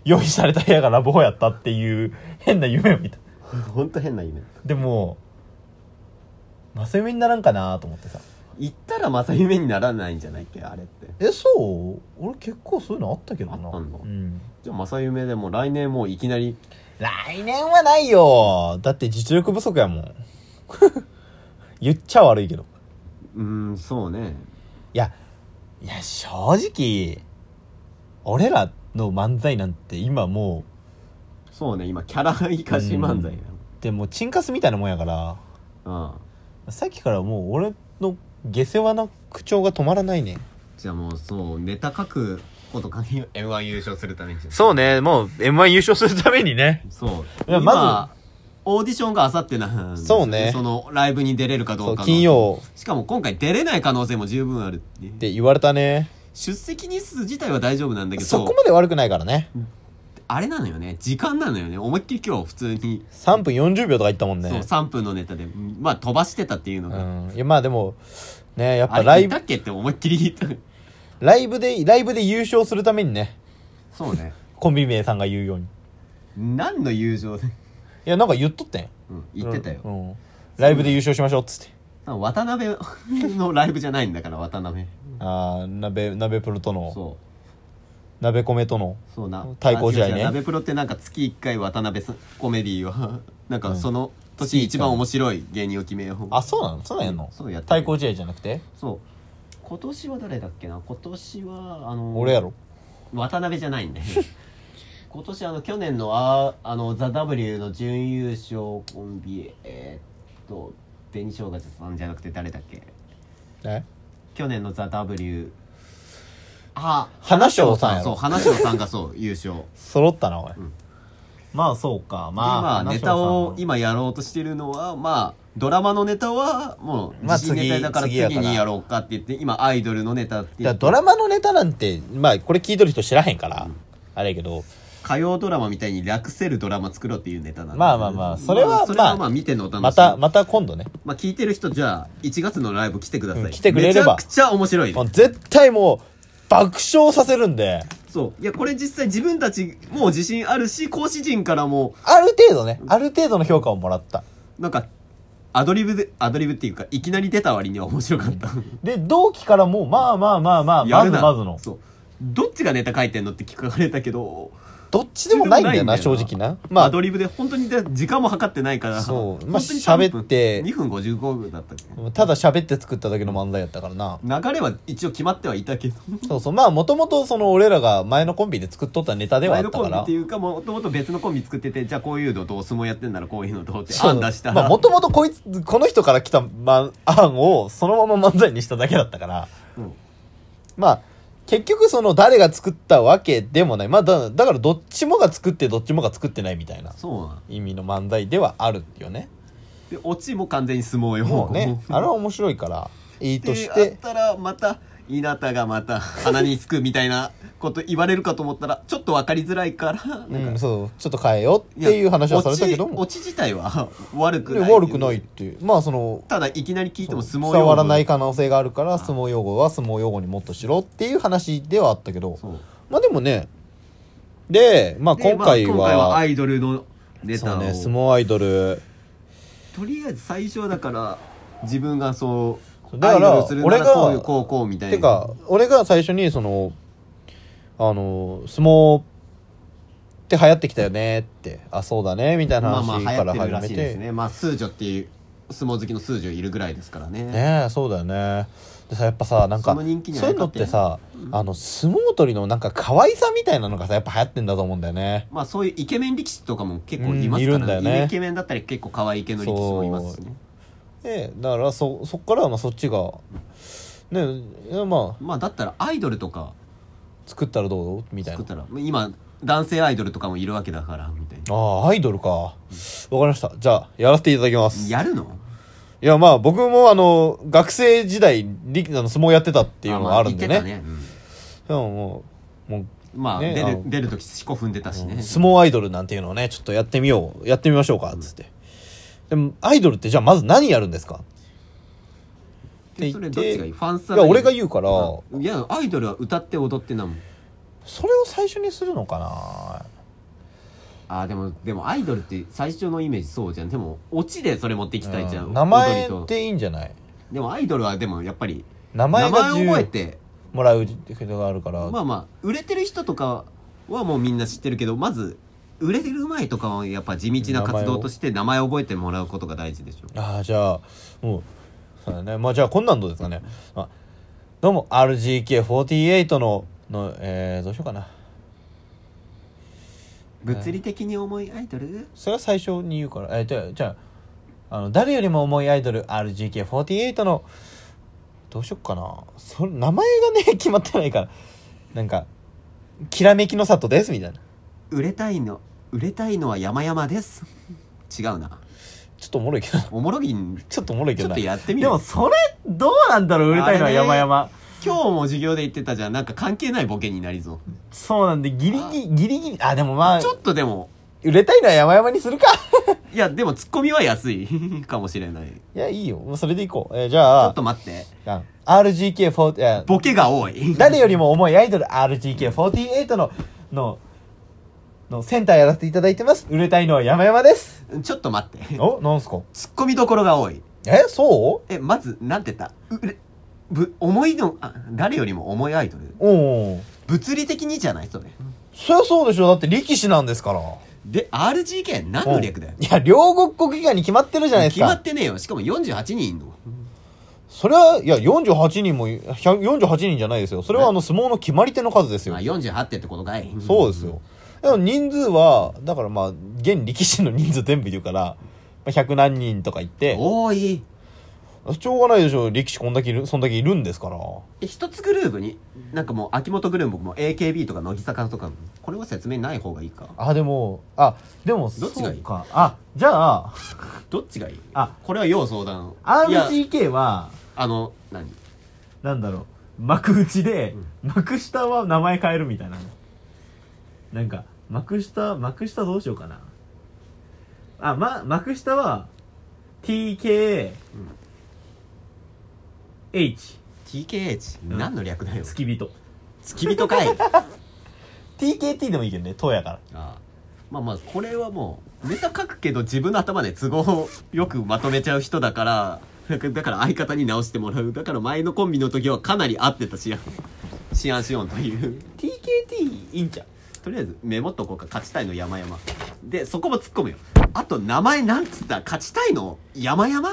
用意された部屋がラブホやったっていう変な夢を見た本当変な夢でもマス夢にならんかなと思ってさ行ったらまた夢にならないんじゃないっけあれってえそう俺結構そういうのあったけどなあったんだうんじゃあ正夢でもう来年もういきなり来年はないよだって実力不足やもん (laughs) 言っちゃ悪いけどうーんそうねいやいや正直俺らの漫才なんて今もそうね今キャラ生かし漫才やうでもチンカスみたいなもんやからああさっきからもう俺の下世話な口調が止まらないねじゃあもうそうネタ書くことかに M1 優勝するためにそうね、もう M1 優勝するためにね。そういやまずオーディションがあさってなんですそうねそのライブに出れるかどそうう、かの金曜しかも今回出れない可能性も十分あるっていうって言われたね。出席日数自体は大丈夫なんだけどそこまで悪くないからね。あれなのよね時間なのよね思いっきり今日普通に、 3分40秒とか言ったもんそうね。 3分のネタでまあ飛ばしてたっていうのうが、ん。いや、まあでも、ね、やっあぱれライいたブ、っけって思いっきり言ったライブで、ライブで優勝するためにね、そうねコンビ名さんが言うように。い (laughs) 何の友情で、や、なんか言っとったんようん、言ってたよ、うん。ライブで優勝しましょうっつって。渡辺のライブじゃないんだから渡辺ああ、鍋、鍋プロとの、そう鍋米との。そうな対抗試合ねあ違う違う鍋プロってなんか月1回渡辺さんコメディは (laughs) なんかその年一番面白い芸人を決めようあ、そうなのそうなんやんのそうやってる対抗試合じゃなくてそう今年は誰だっけな今年はあの俺やろ。渡辺じゃないんだよ (laughs) 今年あの去年のああの「ザ・ w の準優勝コンビえーっと紅生姜さんじゃなくて誰だっけえ去年の「ザ・ w あ花椒さんやそうろ。花椒さんがそう優勝揃ったな、おい。まあそうかまあ、まあネタを今今やろうとしてるのはまあドラマのネタはもうまあ自信ネタだから次次次やからにやろうかって言って今アイドルのネタってだか言らってドラマのネタなんて、まあ、これ聞いとる人知らへんから、あれやけど、火曜ドラマみたいに略せるドラマ作ろうっていうネタなんでまあまあまあそれはそれはままああ見てのお楽しみまた、また今度ね。まあ、聞いてる人じゃあ1月のライブ来てください、うん来てくれればめちゃくちゃ面白いもう絶対もう、爆笑させるんで、そういやこれ実際自分たちもう自信あるし講師陣からもある程度ね、ある程度の評価をもらった。なんかアドリブでアドリブっていうかいきなり出た割には面白かったで、同期からも、まあまあまあまあ、やまずるなまずの。そうどっちがネタ書いてんのって聞かれたけどどっちでもないんだよな、ど正っち直でもな。まあ、まアあド、リブで本当にで時間も計ってないからそうまあ本当に3分喋って2分55分だったっけただ喋って作っただけの漫才やったからな。流れは一応決まってはいたけどそうそう、まあ、もともとその俺らが前のコンビで作っとったネタではあ前っのたコかンビっらて。いうかもともと別のコンビ作っててじゃあこういうのどう相撲やってんならこういうのどうってそう案出したら、まあ、もともとこいつ、この人から来た、ま、案をそのまま漫才にしただけだったから。うんまあ、結局その誰が作ったわけでもない。まあ、だだからどっちもが作ってどっちもが作ってないみたいなそうなん意味の漫才ではあるよね。でオチも完全に相撲よもうね、あれは面白いから、いいとでし、やってたらまた稲田がまた鼻につくみたいなこと言われるかと思ったらちょっと分かりづらいからなんか、うん、そう、ちょっと変えようっていう話はされたけども、オチオチ自体は (laughs) 悪くでない悪くないっていう。まあ、その、ただいきなり聞いても相撲伝用語わらない可能性があるから、相撲用語は相撲用語にもっとしろっていう話ではあったけど、そうまあでもね、で、まあで今回は、まあ今回はアイドルのネそタうを、ね、相撲アイドル、とりあえず最初はだから自分がそうだかアらイドルするな俺らがこういうこうこうみたいなてか俺が最初にそのあの相撲って流行ってきたよねってあそうだねみたいなまあまあ話流か行っらてるら始めしいでてすねまあ数女っていう相撲好きの数女いるぐらいですからねねえそうだよねでさやっぱさなんかその人気にはそういうのってやさあの相撲取りのなんか可愛さみたいなのがさやっぱ流行ってんだと思うんだよねまあそういうイケメン力士とかも結構いますから、うんいるんだよねイケメンだったり結構可愛い系の力士もいますしねでだからそそっからまあそっちがねえまあまあだったらアイドルとか作ったらどうみたい作なったら今男性アイドルとかもいるわけだからみたいなああアイドルかわかりましたじゃあやらせていただきますやるのいや、まあ僕もあの、学生時代、力あの相撲やってたっていうのがあるんでまね。あ言ってたねでももう、もうんまあね出あるの出る時四股踏んでたしねう、相撲アイドルなんていうのをね、ちょっとやってみよう、やってみましょうか、つって。でも、アイドルってじゃあまず何やるんですかでそれどっちがいいファンサいや、俺が言うから、いやアイドルは歌って踊ってなもんそれを最初にするのかなあーでもでもアイドルって最初のイメージそうじゃんでもオチでそれ持っていきたいじゃん、うん名前踊りとでいいんじゃないでもアイドルはでもやっぱり名名前前がを覚え10てもらうってことがあるから、まあまあ売れてる人とかはもうみんな知ってるけどまず売れてる前とかはやっぱ地道な活動として名前を覚えてもらうことが大事でしょああじゃあもうそうだねまあじゃあこんなんどうですかねあどうも RGK48 ののえー、どうしようかな物理的に重いアイドルそれは最初に言うからえー、じゃあじゃああの誰よりも重いアイドル RGK48 のどうしよっかなそれ名前がね決まってないからなんかきらめきの里ですみたいな売れたいの売れたいのは山々です (laughs) 違うなちょっとおもろいけどなおもろぎんちょっとおもろいけちょどっなとやってみでるもそれどうなんだろう売れたいのは山々、今日も授業で言ってたじゃんなんか関係ないボケになりそうそうなんでギリギリギリギリあでもまあちょっとでも売れたいのは山々にするか (laughs) いやでもツッコミは安い (laughs) かもしれないちいやいいよもうそれでいこう、えーじょゃっあと待ってあ RGK4 いやボケが多い (laughs) 誰よりも重いアイドル RGK48 のののセンターやらせていただいてます売れたいのは山々ですちょっと待っておなんすかツッコミどころが多いえそうえまずなんて言ったうれぶ思いのあ誰よりも重いアイドルおお物理的にじゃないそれそりゃそうでしょだって力士なんですからで RGK 何の略だよいや両国国技館に決まってるじゃないです決まかってねえよしかも48人いんのそれはいや48人もい100 48人じゃないですよそれはあの相撲の決まり手の数ですよあ48ってってことかいそうですよでも人数はだからまあ現力士の人数全部言うからまあ100何人とか言って多いしょうがないでしょ力士こんだけいるそんだけいるんですからえ一つグルーブになんかもう秋元グループも AKB とか乃木坂とかこれは説明ない方がいいかあでもあでもどっちがいいそうかあじゃあどっちがいいあこれは要相談いや RGK はあの何なんだろう幕内で、幕下は名前変えるみたいななんか幕下幕下どうしようかなあま幕下は TKH、 TKH うん何の略だよ付き人付き人 (laughs) かい TKT でもいいけどね党やからあまあまあこれはもうネタ書くけど自分の頭で都合をよくまとめちゃう人だからだからだから相方に直してもらうだから前のコンビの時はかなり合ってたし (laughs) シアンシオンという TKT いいんちゃうとりあえずメモっとこうか勝ちたいの山々でそこも突っ込むよあと名前なんつった勝ちたいの山々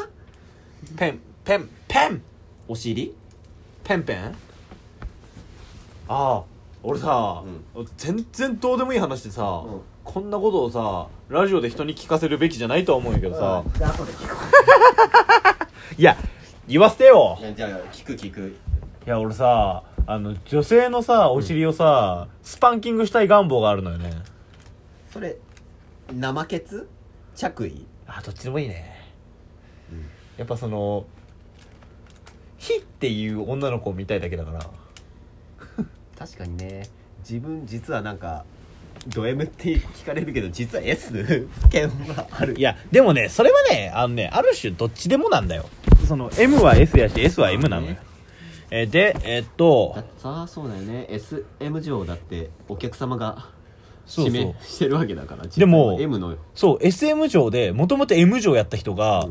ペンペンペンお尻ペンペンああ俺さ、全然どうでもいい話でさ、うんこんなことをさラジオで人に聞かせるべきじゃないとは思うんやけどさ、じゃあ後で聞こいや言わせてようじゃあ聞く聞くいや俺さあの女性のさお尻をさ、スパンキングしたい願望があるのよねそれ生ケツ着衣あどっちでもいいね、やっぱその「ひ」っていう女の子を見たいだけだから確かにね自分実はなんかド M って聞かれるけど実は (laughs) S 権があるいやでもねそれはねあのねある種どっちでもなんだよその M は S やし S は M なのよ、えーでえーっとだってさそうだよね SM 上だってお客様がそう指そう名してるわけだからでも実は M のそう SM 上でもともと M 上やった人が、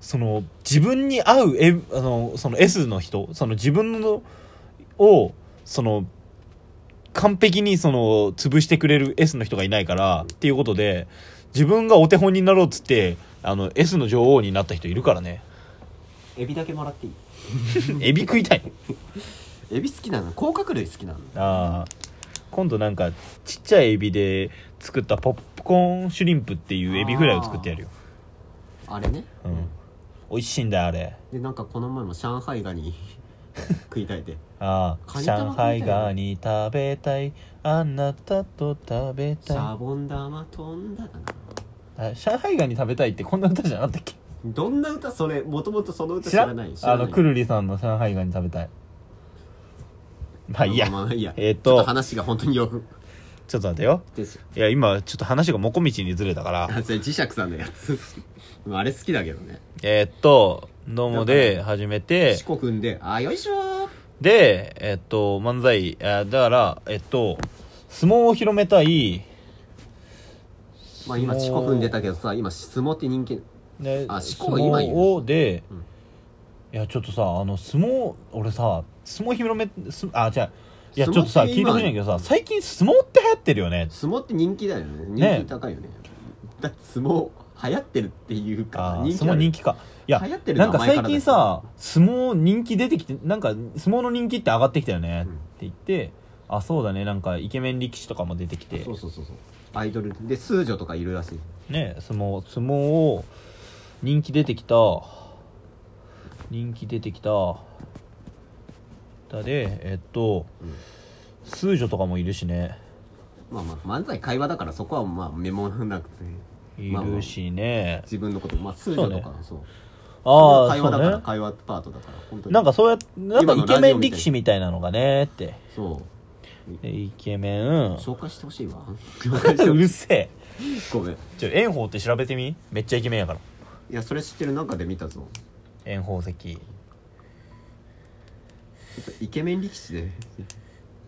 その自分に合う、M、あのその S の人その自分のをその完璧にその潰してくれる S の人がいないからっていうことで自分がお手本になろうっつってあの S の女王になった人いるからねエビだけもらっていいエビ食いたいエビ好きなの甲殻類好きなのあー今度なんかちっちゃいエビで作ったポップコーンシュリンプっていうエビフライを作ってやるよ、あれねうん、美味しいんだよあれでなんかこの前も上海ガニ (laughs) 食いたい (laughs) ってああカニ玉上海ガニ食べたいあなたと食べシャたボン玉飛んだかないあ上海ガニ食べたいってこんな歌じゃなかったっけどんな歌それもともとその歌知らない知らあないのくるりさんの上海ガニ食べたいまあいいやまあまあいいやえっちょっとと話が本当によくちょっと待ってよですいや今ちょっと話がもこみちにずれたから (laughs) あそれ磁石さんのやつあれ好きだけどねえーっと「どうも」で始めて四国んで「あよいしょーで、えっと、漫才、あだから、えっと、相撲を広めたい、」まあ今四国んでたけどさ今相撲って人気ね、あ四相股今言う撲をで、うんいや、ちょっとさ、あの、相撲、俺さ、相撲広め、すあ、違う、い相や、撲ちょっとさ、って聞いて今ほしいんだけどさ、最近相撲って流行ってるよね。相撲って人気だよねね人気高いよねだって相撲流行ってるっていうかあ人気相撲ある人気か。いや流行って、るのなはんか前から最だ近さ、相撲人気出てきて、なんか、相撲の人気って上がってきたよね、うんって言って、あ、そうだね、なんか、イケメン力士とかも出てきて。そうそうそうそうアイドルでスージョとかいるらしいね相撲相撲を人気出てきた人気出てきただでえっと、うん数女とかもいるしねまあまあ漫才会話だからそこはまあメモなくているしね、自分のことまあ通常とかそう,、ああ会話だそうから、ね会話パートだから本当になんかそうやなんか今のイケメン力士みたいなのがねってそでイケメンう紹介してほしいわ (laughs) (laughs) うるせえごめんいちょ炎鵬って調べてみめっちゃイケメンやからやそれ知ってる中で見たぞ炎鵬関ちょっとイケメン力士で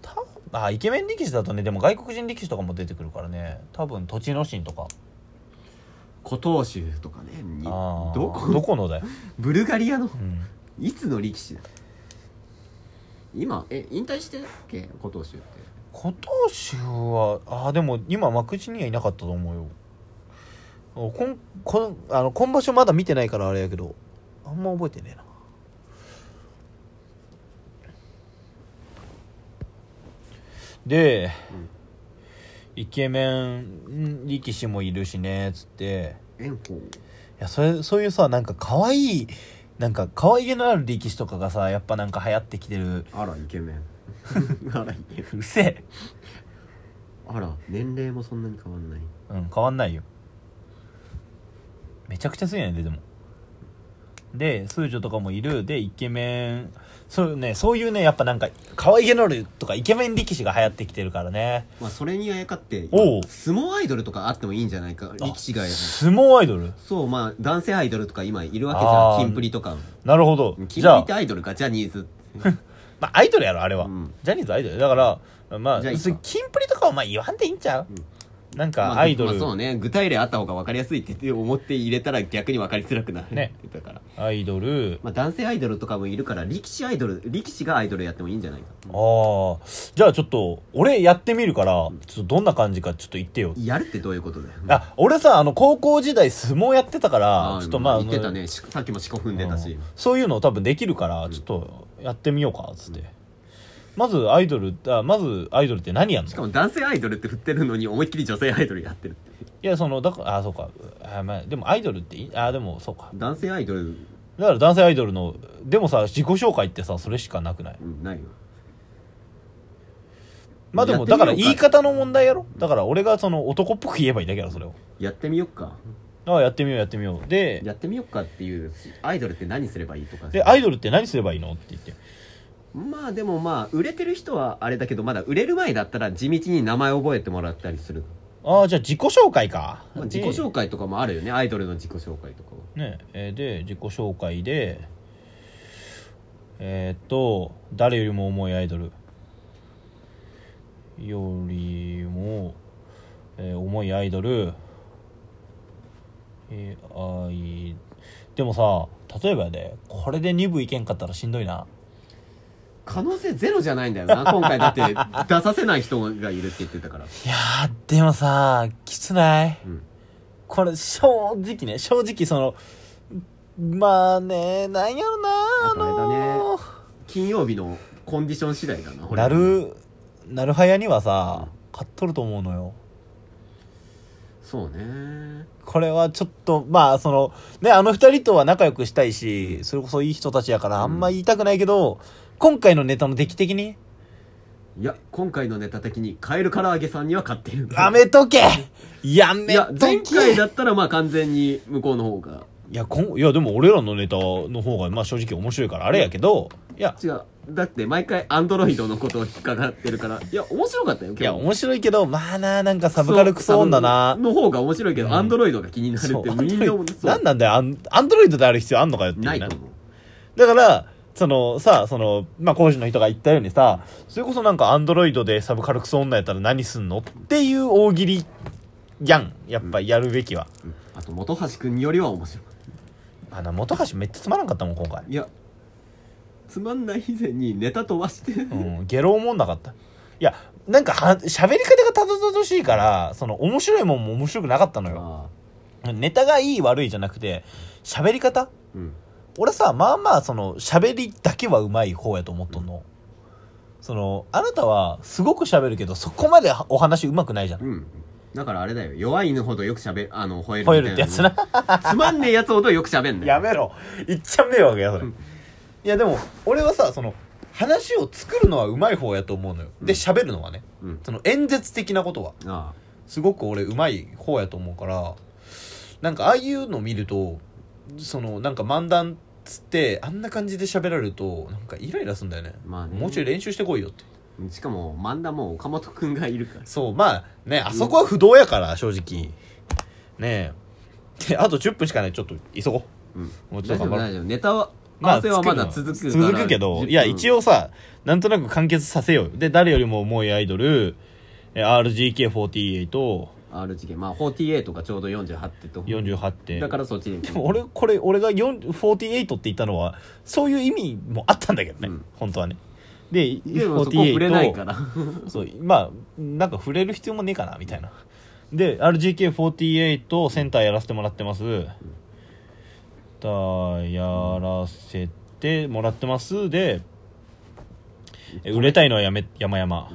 たあイケメン力士だとねでも外国人力士とかも出てくるからね多分栃ノ心とか古藤州とかねにあーどこどこのだよ、ブルガリアのうんいつの力士だ今え引退してたっけ古藤州って今年はあーでも今幕内にはいなかったと思うよおこんこんあの今場所まだ見てないからあれやけどあんま覚えてねえなで、うんイケメン力士もいるしねつって炎鵬いやそれそういうさなんか可愛いなんか可愛げのある力士とかがさやっぱなんか流行ってきてるあらイケメン (laughs) あらイケメンうるせえあら年齢もそんなに変わんないうん変わんないよめちゃくちゃ強いねででもで数女とかもいるでイケメンそうねそういうねやっぱなんか可愛げのあるとかイケメン力士が流行ってきてるからねまあそれにあやかっておう相撲アイドルとかあってもいいんじゃないか力士があやる相撲アイドルそうまあ男性アイドルとか今いるわけじあーゃんキンプリとかなるほどキンじプゃリあって、アイドルかジャニーズまあ、アイドルやろあれは、うんジャニーズアイドルだからまあじゃあいいかそれキンプリとかはまあ言わんでいいんちゃう、なんまかあアイドル、まあそうね具体例あった方が分かりやすいって思って入れたら逆に分かりづらくなるねだからアイドルまあ男性アイドルとかもいるから力士アイドル力士がアイドルやってもいいんじゃないかああじゃあちょっと俺やってみるからちょっとどんな感じかちょっと言ってよやるってどういうことだよあ俺さあの高校時代相撲やってたからーちょっとまあ言ってたねしさっきも四股踏んでたしうんそういうの多分できるからちょっとやってみようかつって、まずアイドルあまずアイドルって何やんのしかも男性アイドルって振ってるのに思いっきり女性アイドルやってるっていやそのだからあそうかあ、まあ、でもアイドルっていあでもそうか男性アイドル、だから男性アイドルのでもさ自己紹介ってさそれしかなくないうん、ないよまあでやもってみよだうかから言い方の問題やろだから俺がその男っぽく言えばいいだけやろそれをやってみよっかあやってみようやってみようでやってみよっかっていうアイドルって何すればいいとかでアイドルって何すればいいのって言ってまあでもまあ売れてる人はあれだけどまだ売れる前だったら地道に名前覚えてもらったりする、ああじゃあ自己紹介か、まあ、自己紹介とかもあるよねアイドルの自己紹介とかはねえーで自己紹介でえーっと誰よりも重いアイドルよりも、えー重いアイドル、えーアイでもさ例えばやでこれで2部いけんかったらしんどいな可能性ゼロじゃないんだよな今回だって出させない人がいるって言ってたからいやーでもさきつないうんこれ正直ね正直そのまあねなんやろなあとあれだねあのー金曜日のコンディション次第だな俺なるなるはやにはさう買っとると思うのよそうねこれはちょっとまあそのねあの二人とは仲良くしたいしそれこそいい人たちやからあんま言いたくないけど、今回のネタの出来的にいや今回のネタ的にカエル唐揚げさんには勝ってるやめとけやめいやとけ前回だったらまあ完全に向こうの方がいやこんいやでも俺らのネタの方がまあ正直面白いからあれやけどいや違うだって毎回アンドロイドのことを引っかかってるからいや面白かったよ今い日や面白いけどまあななんかサブカルクソ女なの方が面白いけど、うんアンドロイドが気になるそっうてアンみんドなロもイドそうなんなんだよアンアンドロイドである必要あんのかよっていうないねと思うだから、そのさ、その、まあ、講師の人が言ったようにさ、それこそなんかアンドロイドでサブカルクソ女やったら何すんのっていう大喜利やん。やっぱやるべきは。うんあと本橋君よりは面白いあの、本橋めっちゃつまらんかったもん、今回。いやつまんない以前にネタ飛ばして、うん、ゲロ思んなかった。いや、なんかは、喋り方がたどたどしいから、その、面白いもんも面白くなかったのよ。ああネタがいい悪いじゃなくて、喋り方うん俺さまあまあその喋りだけはうまい方やと思っとんの、そのあなたはすごく喋るけどそこまでお話うまくないじゃん、うんだからあれだよ弱い犬ほどよくしゃべあの吠える吠えるってやつなつまんねえやつほどよくしゃべんねやめろいっちゃ迷惑やそれ、うんいやでも俺はさその話を作るのはうまい方やと思うのよで喋るのはねうんその演説的なことはあすごく俺うまい方やと思うからなんかああいうの見るとそのなんか漫談つってあんな感じで喋られるとなんかイライラすんだよね,、まあねもうちょい練習してこいよってあしかも漫談も岡本くんがいるからそうまあねあそこは不動やから正直ねえであと10分しかないちょっと急ごううんもうちょ大っと丈頑夫張ろう大丈夫ネタは合わせはまだ続くから続くけど、いや、一応応さ、なんとなく完結させようよ。で、誰よりも重いアイドル、えー RGK48、 RGK まあ48とかちょうど48ってと48って。だからそっちにでも俺これ俺が4 48って言ったのはそういう意味もあったんだけどね、うん本当はねで、でもそこ触れないからそうまあ、なんか触れる必要もねえかな、みたいな。で、RGK48 をセンターやらせてもらってます。センターやらせてもらってます。で、え売れたいのはやめ、山々。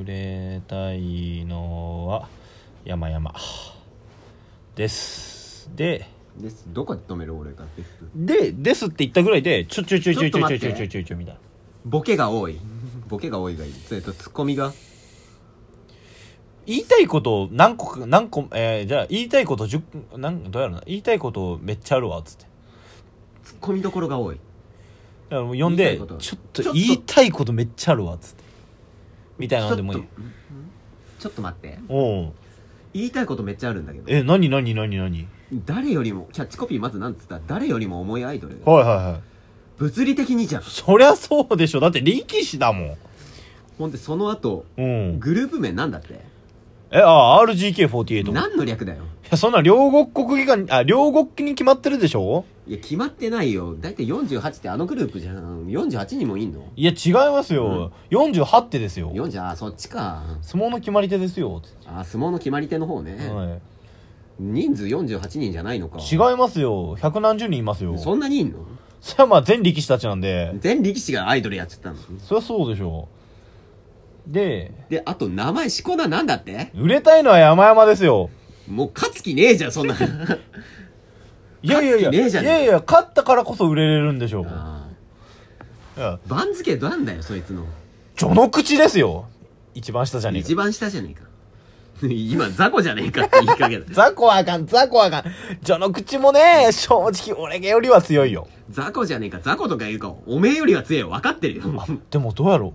売れたいのは山々。です。で、ですどこで止める俺がですで、ですって言ったぐらいで、ちょちょちょちょちょちょちょちょちょちょみたいな。ボケが多いボケが多いがいいそれとツッコミが言いたいことを何個か何個えーじゃあ言いたいこと10なんどうやろうな言いたいことめっちゃあるわっつってツッコミどころが多いだからもう呼言んいたいでことちょっとちょっと言いたいことめっちゃあるわっつってみたいなのでもいちいょっとうんちょっと待っておう言いたいことめっちゃあるんだけどえ何何何何誰よりもキャッチコピーまずなんつった誰よりも重いアイドルはいはいはい物理的にじゃんそりゃそうでしょだって力士だもほんでその後んうんグループ名なんだってえああ RGK48 い何の略だよやそんな両国国技館あ両国に決まってるでしょいや決まってないよだいたい48ってあのグループじゃん48人もいんのいや違いますよ、48手ですよ40あそっちか相撲の決まり手ですよ、つっあ相撲の決まり手の方ねて、はい人数48人じゃないのか違いますよ百何十人いますよそんなにいんのそれはまあ全力士たちなんで、全力士がアイドルやっちゃったのそりゃそうでしょう。で、であと名前しこ名なんだって売れたいのは山々ですよ。もう勝つ気ねえじゃん (laughs) そんないやいやいや、勝つ気ねえじゃいねえかやいや、勝ったからこそ売れれるんでしょう。あいやー番付なんだよそいつの序の口ですよ。一番下じゃねえか一。番下じゃねえか (laughs) 今雑魚じゃねえかって言いかけた (laughs) 雑魚はあかん、雑魚はあかん。序の口もね、正直俺よりは強いよ。雑魚じゃねえか雑魚とか言うかおめえよりは強いよ分かってるよでもどうやろ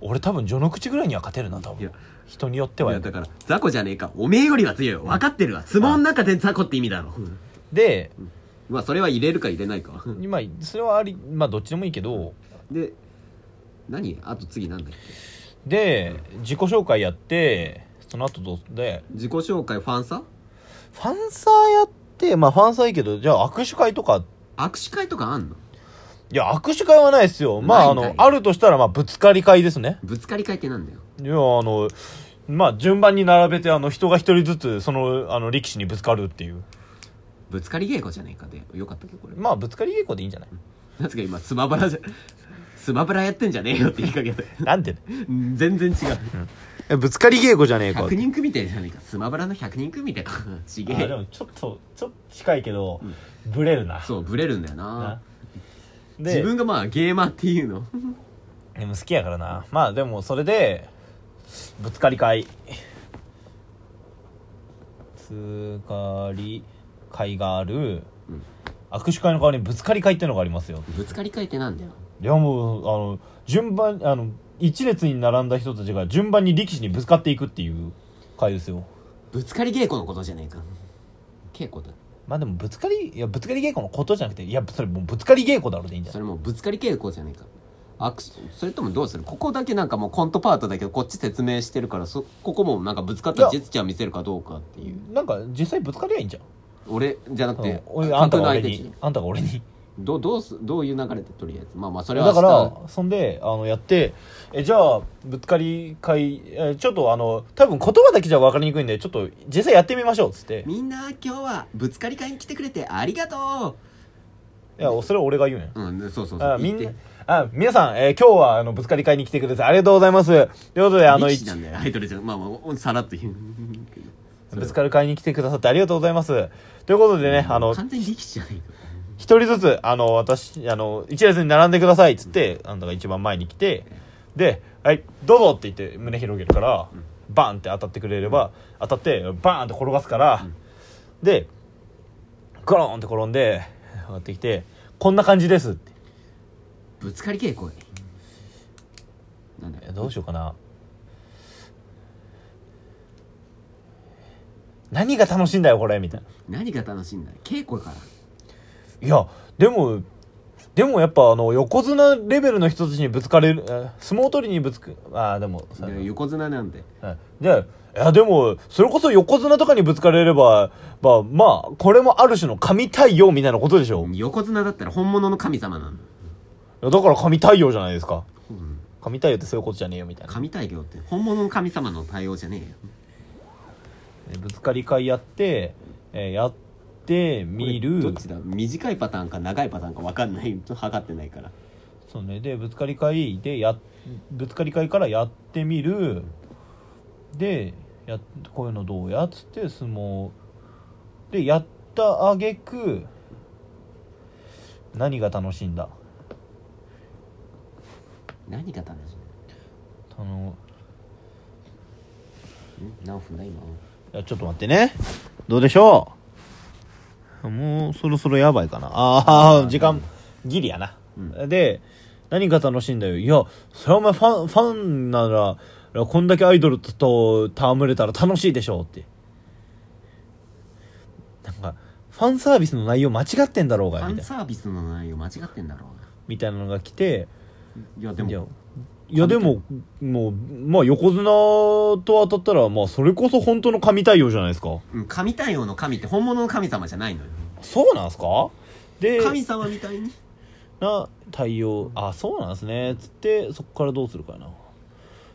う。俺多分序の口ぐらいには勝てるな、多いや分。人によっていはやだから雑魚じゃねえかおめえよりは強いよ分かってるわ相撲の中で雑魚って意味だろうんで、まあそれは入れるか入れないか今、それはあり、まあどっちでもいいけど、で何あと次なんだっけで自己紹介やってその後どうで自己紹介ファンサファンサーやってまあファンサーいいけどじゃあ握手会とか握手会とかあんのいや握手会はないですよまああないのんかいあるとしたらまあぶつかり会ですねぶつかり会ってなんだよいやあのまあ順番に並べてあの人が一人ずつそのあの力士にぶつかるっていうぶつかり稽古じゃねえかでよかったっけこれまあぶつかり稽古でいいんじゃないなぜか今スマブラ (laughs) じゃスマブラやってんじゃねえよって言いかけたなんで全然違うえ (laughs) ぶつかり稽古じゃねえ (laughs) 100人組みたいじゃねえかスマブラの100人組みたいかちげえあでよもちょっとちょっと近いけど、ブレるなそうブレるんだよななで自分がまあゲーマーっていうのでも好きやからなまあでもそれでぶつかり会ぶつかり会がある、うん握手会の代わりにぶつかり会ってのがありますよぶつかり会ってなんだよいやもうあの順番あの一列に並んだ人たちが順番に力士にぶつかっていくっていう会ですよぶつかり稽古のことじゃねえか稽古だまあでもぶつかりいやぶつかり稽古のことじゃなくていやそれもうぶつかり稽古だろうでいいんじゃそなれいもうぶつかり稽古じゃねえか握手それともどうするここだけなんかもうコントパートだけどこっち説明してるからそここもなんかぶつかったジェスチャー見せるかどうかっていうなんか実際ぶつかりゃいいんじゃん俺じゃなくうんて俺あんたが俺架空のにあんたが俺にどうどうすどういう流れでとりあえずまあまあそれはだ明か日らそんであのやってえじゃあぶつかり会えちょっとあの多分言葉だけじゃ分かりにくいんでちょっと実際やってみましょうっつってみんな今日はぶつかり会に来てくれてありがといやそれは俺が言うんやううんそうそうそうあみん言なってあ皆さん、えー今日はあのぶつかり会に来てくれてありがとうございますということであの力士一なんだよアイドルじゃんまあまあさらっと言うぶつかり会に来てくださってありがとうございますということでねあの完全に力士じゃない一人ずつ、あの、私、あの、一列に並んでくださいっつって、あんたが一番前に来て、で、はい、どうぞって言って胸広げるから、バンって当たってくれれば、当たって、バーンって転がすから、で、コロンって転んで、上がってきて、こんな感じですって。ぶつかり稽古いなんだえどうしようかな。何が楽しいんだよ、これ、みたいな。何が楽しいんだ稽古からいや、でも、でもやっぱあの、横綱レベルの人たちにぶつかれる、あ相撲取りにぶつく、ああ、でも、さだから横綱なんではいで、いや、でも、それこそ横綱とかにぶつかれれば、まあ、まあ、これもある種の神対応みたいなことでしょ。い横綱だったら本物の神様なんだ、やだから神対応じゃないですか。うん、神対応ってそういうことじゃねえよ、みたいな。神対応って本物の神様の対応じゃねえよでぶつかり会やって、えーやってみこれどっる。ちだ短いパターンか長いパターンか分かんない測ってないからそうね、でぶつかり会でやぶつかり会からやってみるでやっこういうのどうやっつって相撲でやったあげく何が楽しいんだ何が楽しいあのん何分だ今いやちょっと待ってねどうでしょうもうそろそろやばいかなああ時間ギリやな、で何が楽しいんだよいやそれはお前ファンファンならこんだけアイドルと戯れたら楽しいでしょうってなんかファンサービスの内容間違ってんだろうフがァみたンいなサービスの内容間違ってんだろうなみたいなのが来ていやでいやもいやでももうまあ横綱と当たったらまあそれこそ本当の神対応じゃないですかうん神対応の神って本物の神様じゃないのよそうなんすかで神様みたいにな対応あそうなんですねつってそこからどうするかない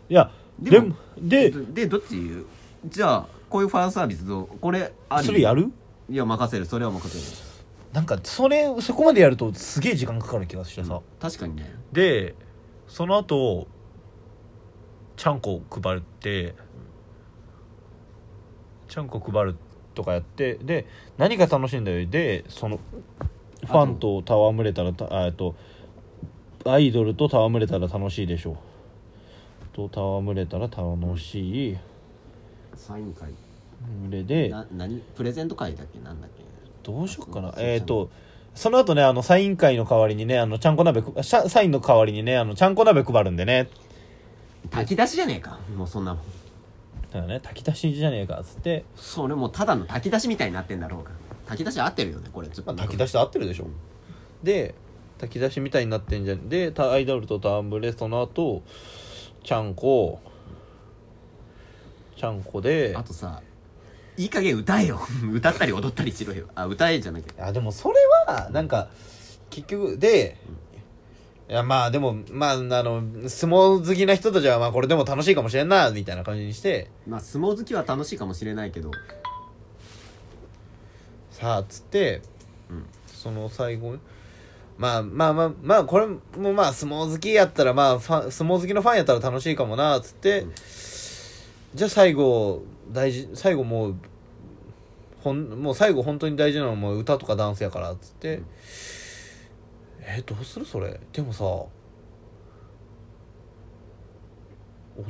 やででももでどでどっち言うじゃあこういうファンサービスどうこれありそれやるいや任せるそれは任せるなんかそれそこまでやるとすげえ時間かかる気がしてさ、確かにねでその後ちゃんこ配るってちゃんこ配るとかやってで何が楽しいんだよでそのファンと戯れたらたあえっとアイドルと戯れたら楽しいでしょうと戯れたら楽しいサイン会群れでな何プレゼント会だっけなんだっけどうしよっかあなそうえっ、とその後ねあのサイン会の代わりにねあのちゃんこ鍋くしゃサインの代わりにねあのちゃんこ鍋配るんでね炊き出しじゃねえかもうそんなもんだからね炊き出しじゃねえかっつってそれもうただの炊き出しみたいになってんだろうが炊き出し合ってるよねこれちょっと、炊き出しと合ってるでしょで炊き出しみたいになってんじゃんでタアイドルと戯れその後ちゃんこちゃんこであとさいい加減歌えよ (laughs) 歌ったり踊ったりしろよあ歌えじゃなきゃあでもそれはなんか結局で、いやまあでもまああの相撲好きな人たちはまあこれでも楽しいかもしれんなみたいな感じにしてまあ相撲好きは楽しいかもしれないけどさあっつって、うんその最後まあまあまあまあこれもまあ相撲好きやったらまあファン相撲好きのファンやったら楽しいかもなっつって、うんじゃあ最後大事最後もうほんもう最後本当に大事なのはもう歌とかダンスやからっつって、えどうするそれでもさ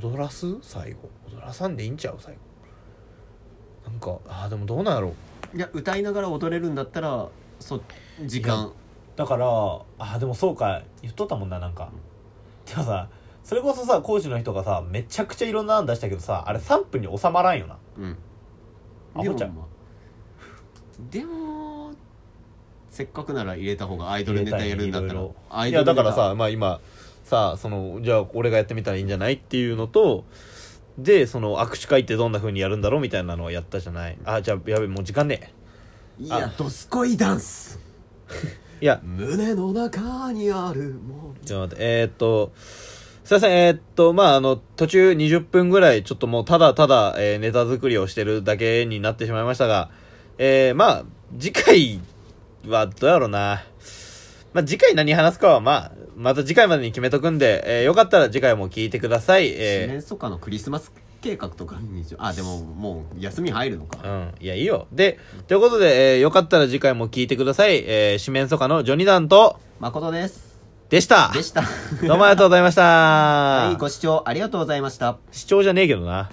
踊らす最後踊らさんでいいんちゃう最後なんかあーでもどうなんやろういや歌いながら踊れるんだったらそ時間だからあーでもそうか言っとったもんななんかでもさそれこそさコーチの人がさめちゃくちゃいろんな案出したけどさあれ3分に収まらんよなうんあでほちゃもんまあでもせっかくなら入れた方がアイドルネタやるんだったいらろいろアイいドルやネだタからさまあ今さそのじゃあ俺がやってみたらいいんじゃないっていうのとでその握手会ってどんな風にやるんだろうみたいなのをやったじゃないあーじゃあやべもう時間ねいあやドスコイダンスえいや胸の中にあるもちょっと待って、えーっと、すいません、えーっと、まあ、あの、途中20分ぐらい、ちょっともうただただ、えーネタ作りをしてるだけになってしまいましたが、えー、まあ、次回はどうやろうな。まあ、次回何話すかは、まあ、また次回までに決めとくんで、えーよかったら次回も聞いてください。四え年そかのクリスマス計画とかにしあでももう休み入るのか、うん。いや、いいよ。で、ということで、えーよかったら次回も聞いてください。えー、四面楚歌のジョニダンと、誠ですで (laughs) した。でしたどうもありがとうございました。はいご視聴ありがとうございました視聴じゃねえけどな。